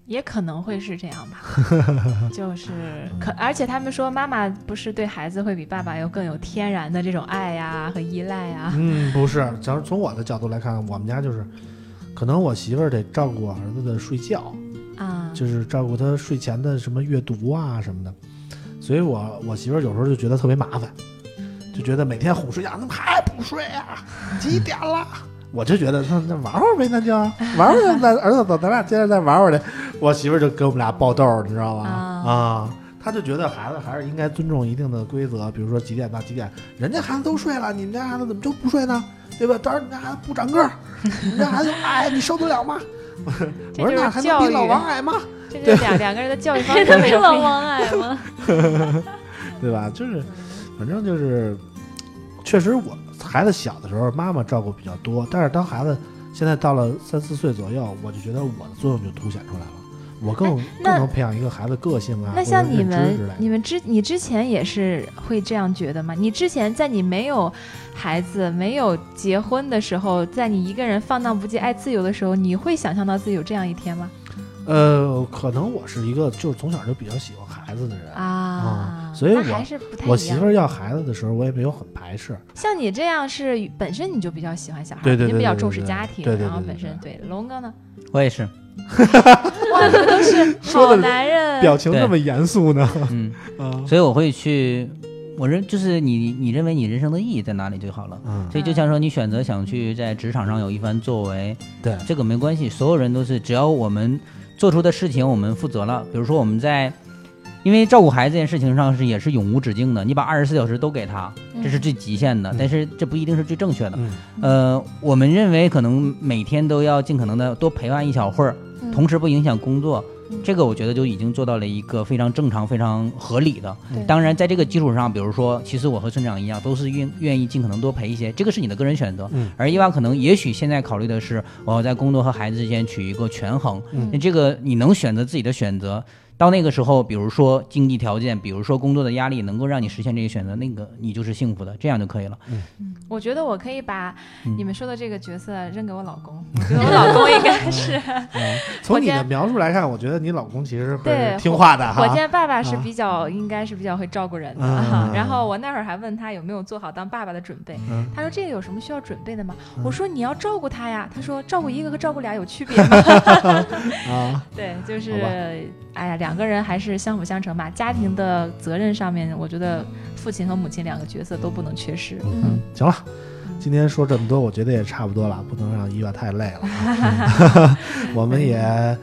也可能会是 这样吧，就是可，而且他们说妈妈不是对孩子会比爸爸有更有天然的这种爱呀、和依赖呀、嗯，不是，只要是从我的角度来看，我们家就是，可能我媳妇儿得照顾我儿子的睡觉，啊，嗯就是照顾他睡前的什么阅读啊什么的，所以我我媳妇儿有时候就觉得特别麻烦，就觉得每天哄睡觉，怎么还不睡啊？几点了？ 我就觉得那那玩会儿呗，那就 玩会儿，那儿子走，咱俩接着再玩会儿去。我媳妇儿就跟我们俩爆豆儿，你知道吧？啊啊，她就觉得孩子还是应该尊重一定的规则，比如说几点到几点，人家孩子都睡了，你们家孩子怎么就不睡呢？对吧？到时候你家孩子不长个儿，你们家孩子矮，你受得了 吗？这我说那就是还能教比育啊老王矮吗？这就是两两个人的教育方式没有老 不一样王矮吗？对吧？就是，反正就是，确实我孩子小的时候妈妈照顾比较多，但是当孩子现在到了三四岁左右，我就觉得我的作用就凸显出来了，我更、哎那更能培养一个孩子个性啊，那像或者你认知们之类，的你们之你之前也是会这样觉得吗？你之前在你没有孩子、没有结婚的时候，在你一个人放荡不羁、爱自由的时候，你会想象到自己有这样一天吗？呃，可能我是一个就是从小就比较喜欢孩子的人，啊所以那我还是不太我一媳样妇儿要孩子的时候，我也没有很排斥，像你这样是本身你就比较喜欢小孩，对对对你就比较对对重视对家庭，对对然后对对本对身对龙哥呢，我也是，哇，你们都是 说好得男人，表情对这么严肃呢， 嗯，啊所以我会去，我认就是你你认为你人生的意义在哪里就好了。嗯，所以就像说，你选择想去在职场上有一番作为，对这个没关系，所有人都是，只要我们做出的事情我们负责了，比如说我们在，因为照顾孩子这件事情上是也是永无止境的，你把二十四小时都给他，这是最极限的，嗯但是这不一定是最正确的。嗯呃，我们认为可能每天都要尽可能的多陪伴一小会儿，嗯同时不影响工作嗯，这个我觉得就已经做到了一个非常正常、非常合理的对。当然，在这个基础上，比如说，其实我和村长一样，都是愿愿意尽可能多陪一些，这个是你的个人选择。嗯而伊娃可能也许现在考虑的是，我要在工作和孩子之间取一个权衡。嗯那这个你能选择自己的选择。到那个时候，比如说经济条件，比如说工作的压力，能够让你实现这个选择，那个你就是幸福的，这样就可以了。我觉得我可以把嗯你们说的这个角色扔给我老 公，我觉得我老公应该是嗯从你我的见描述来看，我觉得你老公其实会对是听话的火哈，箭爸爸是比较应该是比较会照顾人的啊，然后我那会儿还问他有没有做好当爸爸的准备。嗯，他说：“这个有什么需要准备的吗？”嗯我说：“你要照顾他呀。”他说：“照顾一个和照顾俩有区别吗？”啊。对，就是好吧哎呀，两个人还是相辅相成吧。家庭的责任上面，我觉得父亲和母亲两个角色都不能缺失。嗯，行了，今天说这么多，我觉得也差不多了，不能让伊娃太累了啊。 我们也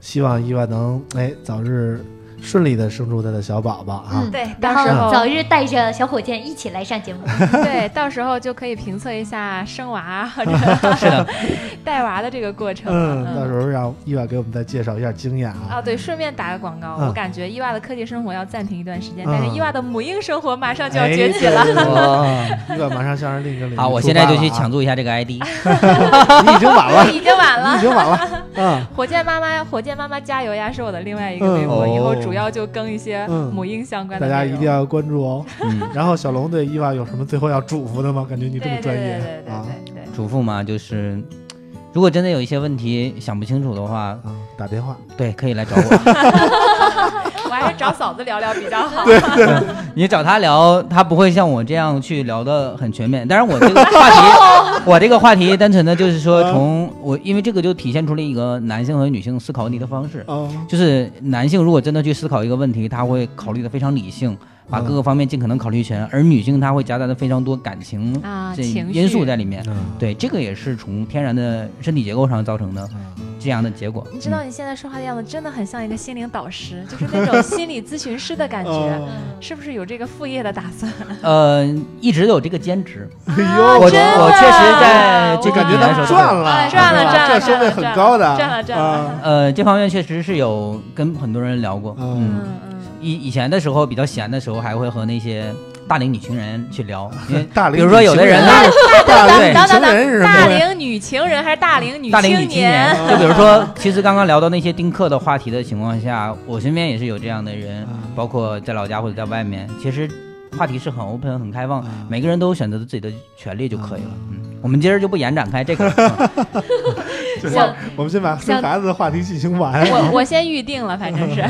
希望伊娃能哎早日顺利的生出她的小宝宝啊。嗯对，然到时后候早日带着小火箭一起来上节 目。对，到时候就可以评测一下生娃啊或者 是的， 带娃的这个过程嗯，了。到时候让伊娃给我们再介绍一下经验啊。啊，对，顺便打个广告，嗯我感觉伊娃的科技生活要暂停一段时间，但嗯是伊娃的母婴生活马上就要哎啊崛起了。对对对 伊哎娃马上向着另一个领域 啊好，我现在就去出发抢 了注一下这个 ID。啊，你已经晚了，已经晚你已了，经晚 了啊。火箭妈妈，火箭妈妈加油呀！是我的另外一个微博，嗯以后哦主要就更一些嗯母婴相关的大内容。家一定要关注哦。嗯，然后小龙对伊娃有什么最后要嘱咐的吗？感觉你这么专业对对对对啊对对对嘱咐嘛，就是如果真的有一些问题想不清楚的话，啊，打电话。对，可以来找我。我还是找嫂子聊聊比较好。 你找他聊，他不会像我这样去聊的很全面。当然，我这个话题，我这个话题单纯的就是说，嗯从我因为这个就体现出了一个男性和女性思考问题的方式，哦啊，就是男性如果真的去思考一个问题，他会考虑的非常理性，把各个方面尽可能考虑全，而女性她会夹杂的非常多感情啊，这情因素绪在里面。嗯对，这个也是从天然的身体结构上造成的这样的结果。嗯你知道你现在说话的样子真的很像一个心灵导师，就是那 种心理咨询师的感觉，哦是不是有这个副业的打算？呃，一直有这个兼职，哎我呦，我确啊真的实在这我个感觉几年的时他候赚了，哎赚了是吧赚了这收费很高的，赚了赚了啊呃，这方面确实是有跟很多人聊过。嗯嗯，以以前的时候比较闲的时候，还会和那些大龄女情人去 聊，因为大龄比如说有的人呢，大龄等女等情人是等，大什么？龄女情人还是大龄女大龄女青年年？，就比如说，其实刚刚聊到那些丁克的话题的情况下，我身边也是有这样的人嗯，包括在老家或者在外面，其实话题是很 open 很开放嗯，每个人都有选择自己的权利就可以了。嗯，我们今儿就不延展开这个了。 嗯就是我们先把生孩子的话题进行完。我我先预定了，反正 是。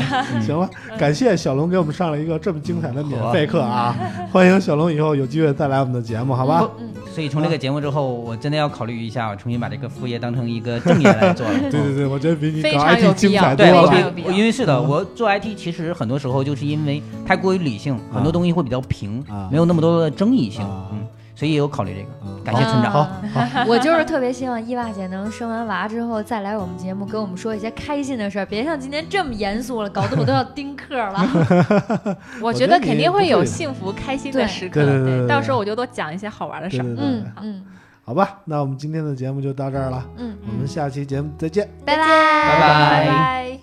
行了，感谢小龙给我们上了一个这么精彩嗯的免费课啊！欢迎小龙以后有机会再来我们的节目，好吧？所以从这个节目之后，我真的要考虑一下，我重新把这个副业当成一个正业来做了。 对对对，我觉得比你非搞常有 IT 必精要彩多对，非我了常比。有必要我因为是的，嗯我做 IT 其实很多时候就是因为太过于理性，很多东西会比较平啊，没有那么多的争议性啊，嗯，所以也有考虑这个。嗯感谢村长好好，我就是特别希望伊娃姐能生完娃之后再来我们节目，跟我们说一些开心的事儿，别像今天这么严肃了，搞得我都要丁克了。我觉觉得得肯定会你不有对幸福开心的时刻，对对对对对到时候我就多讲一些好玩的对事儿对。对嗯，嗯好吧，那我们今天的节目就到这儿了，嗯，我们下期节目再见。拜拜拜拜拜。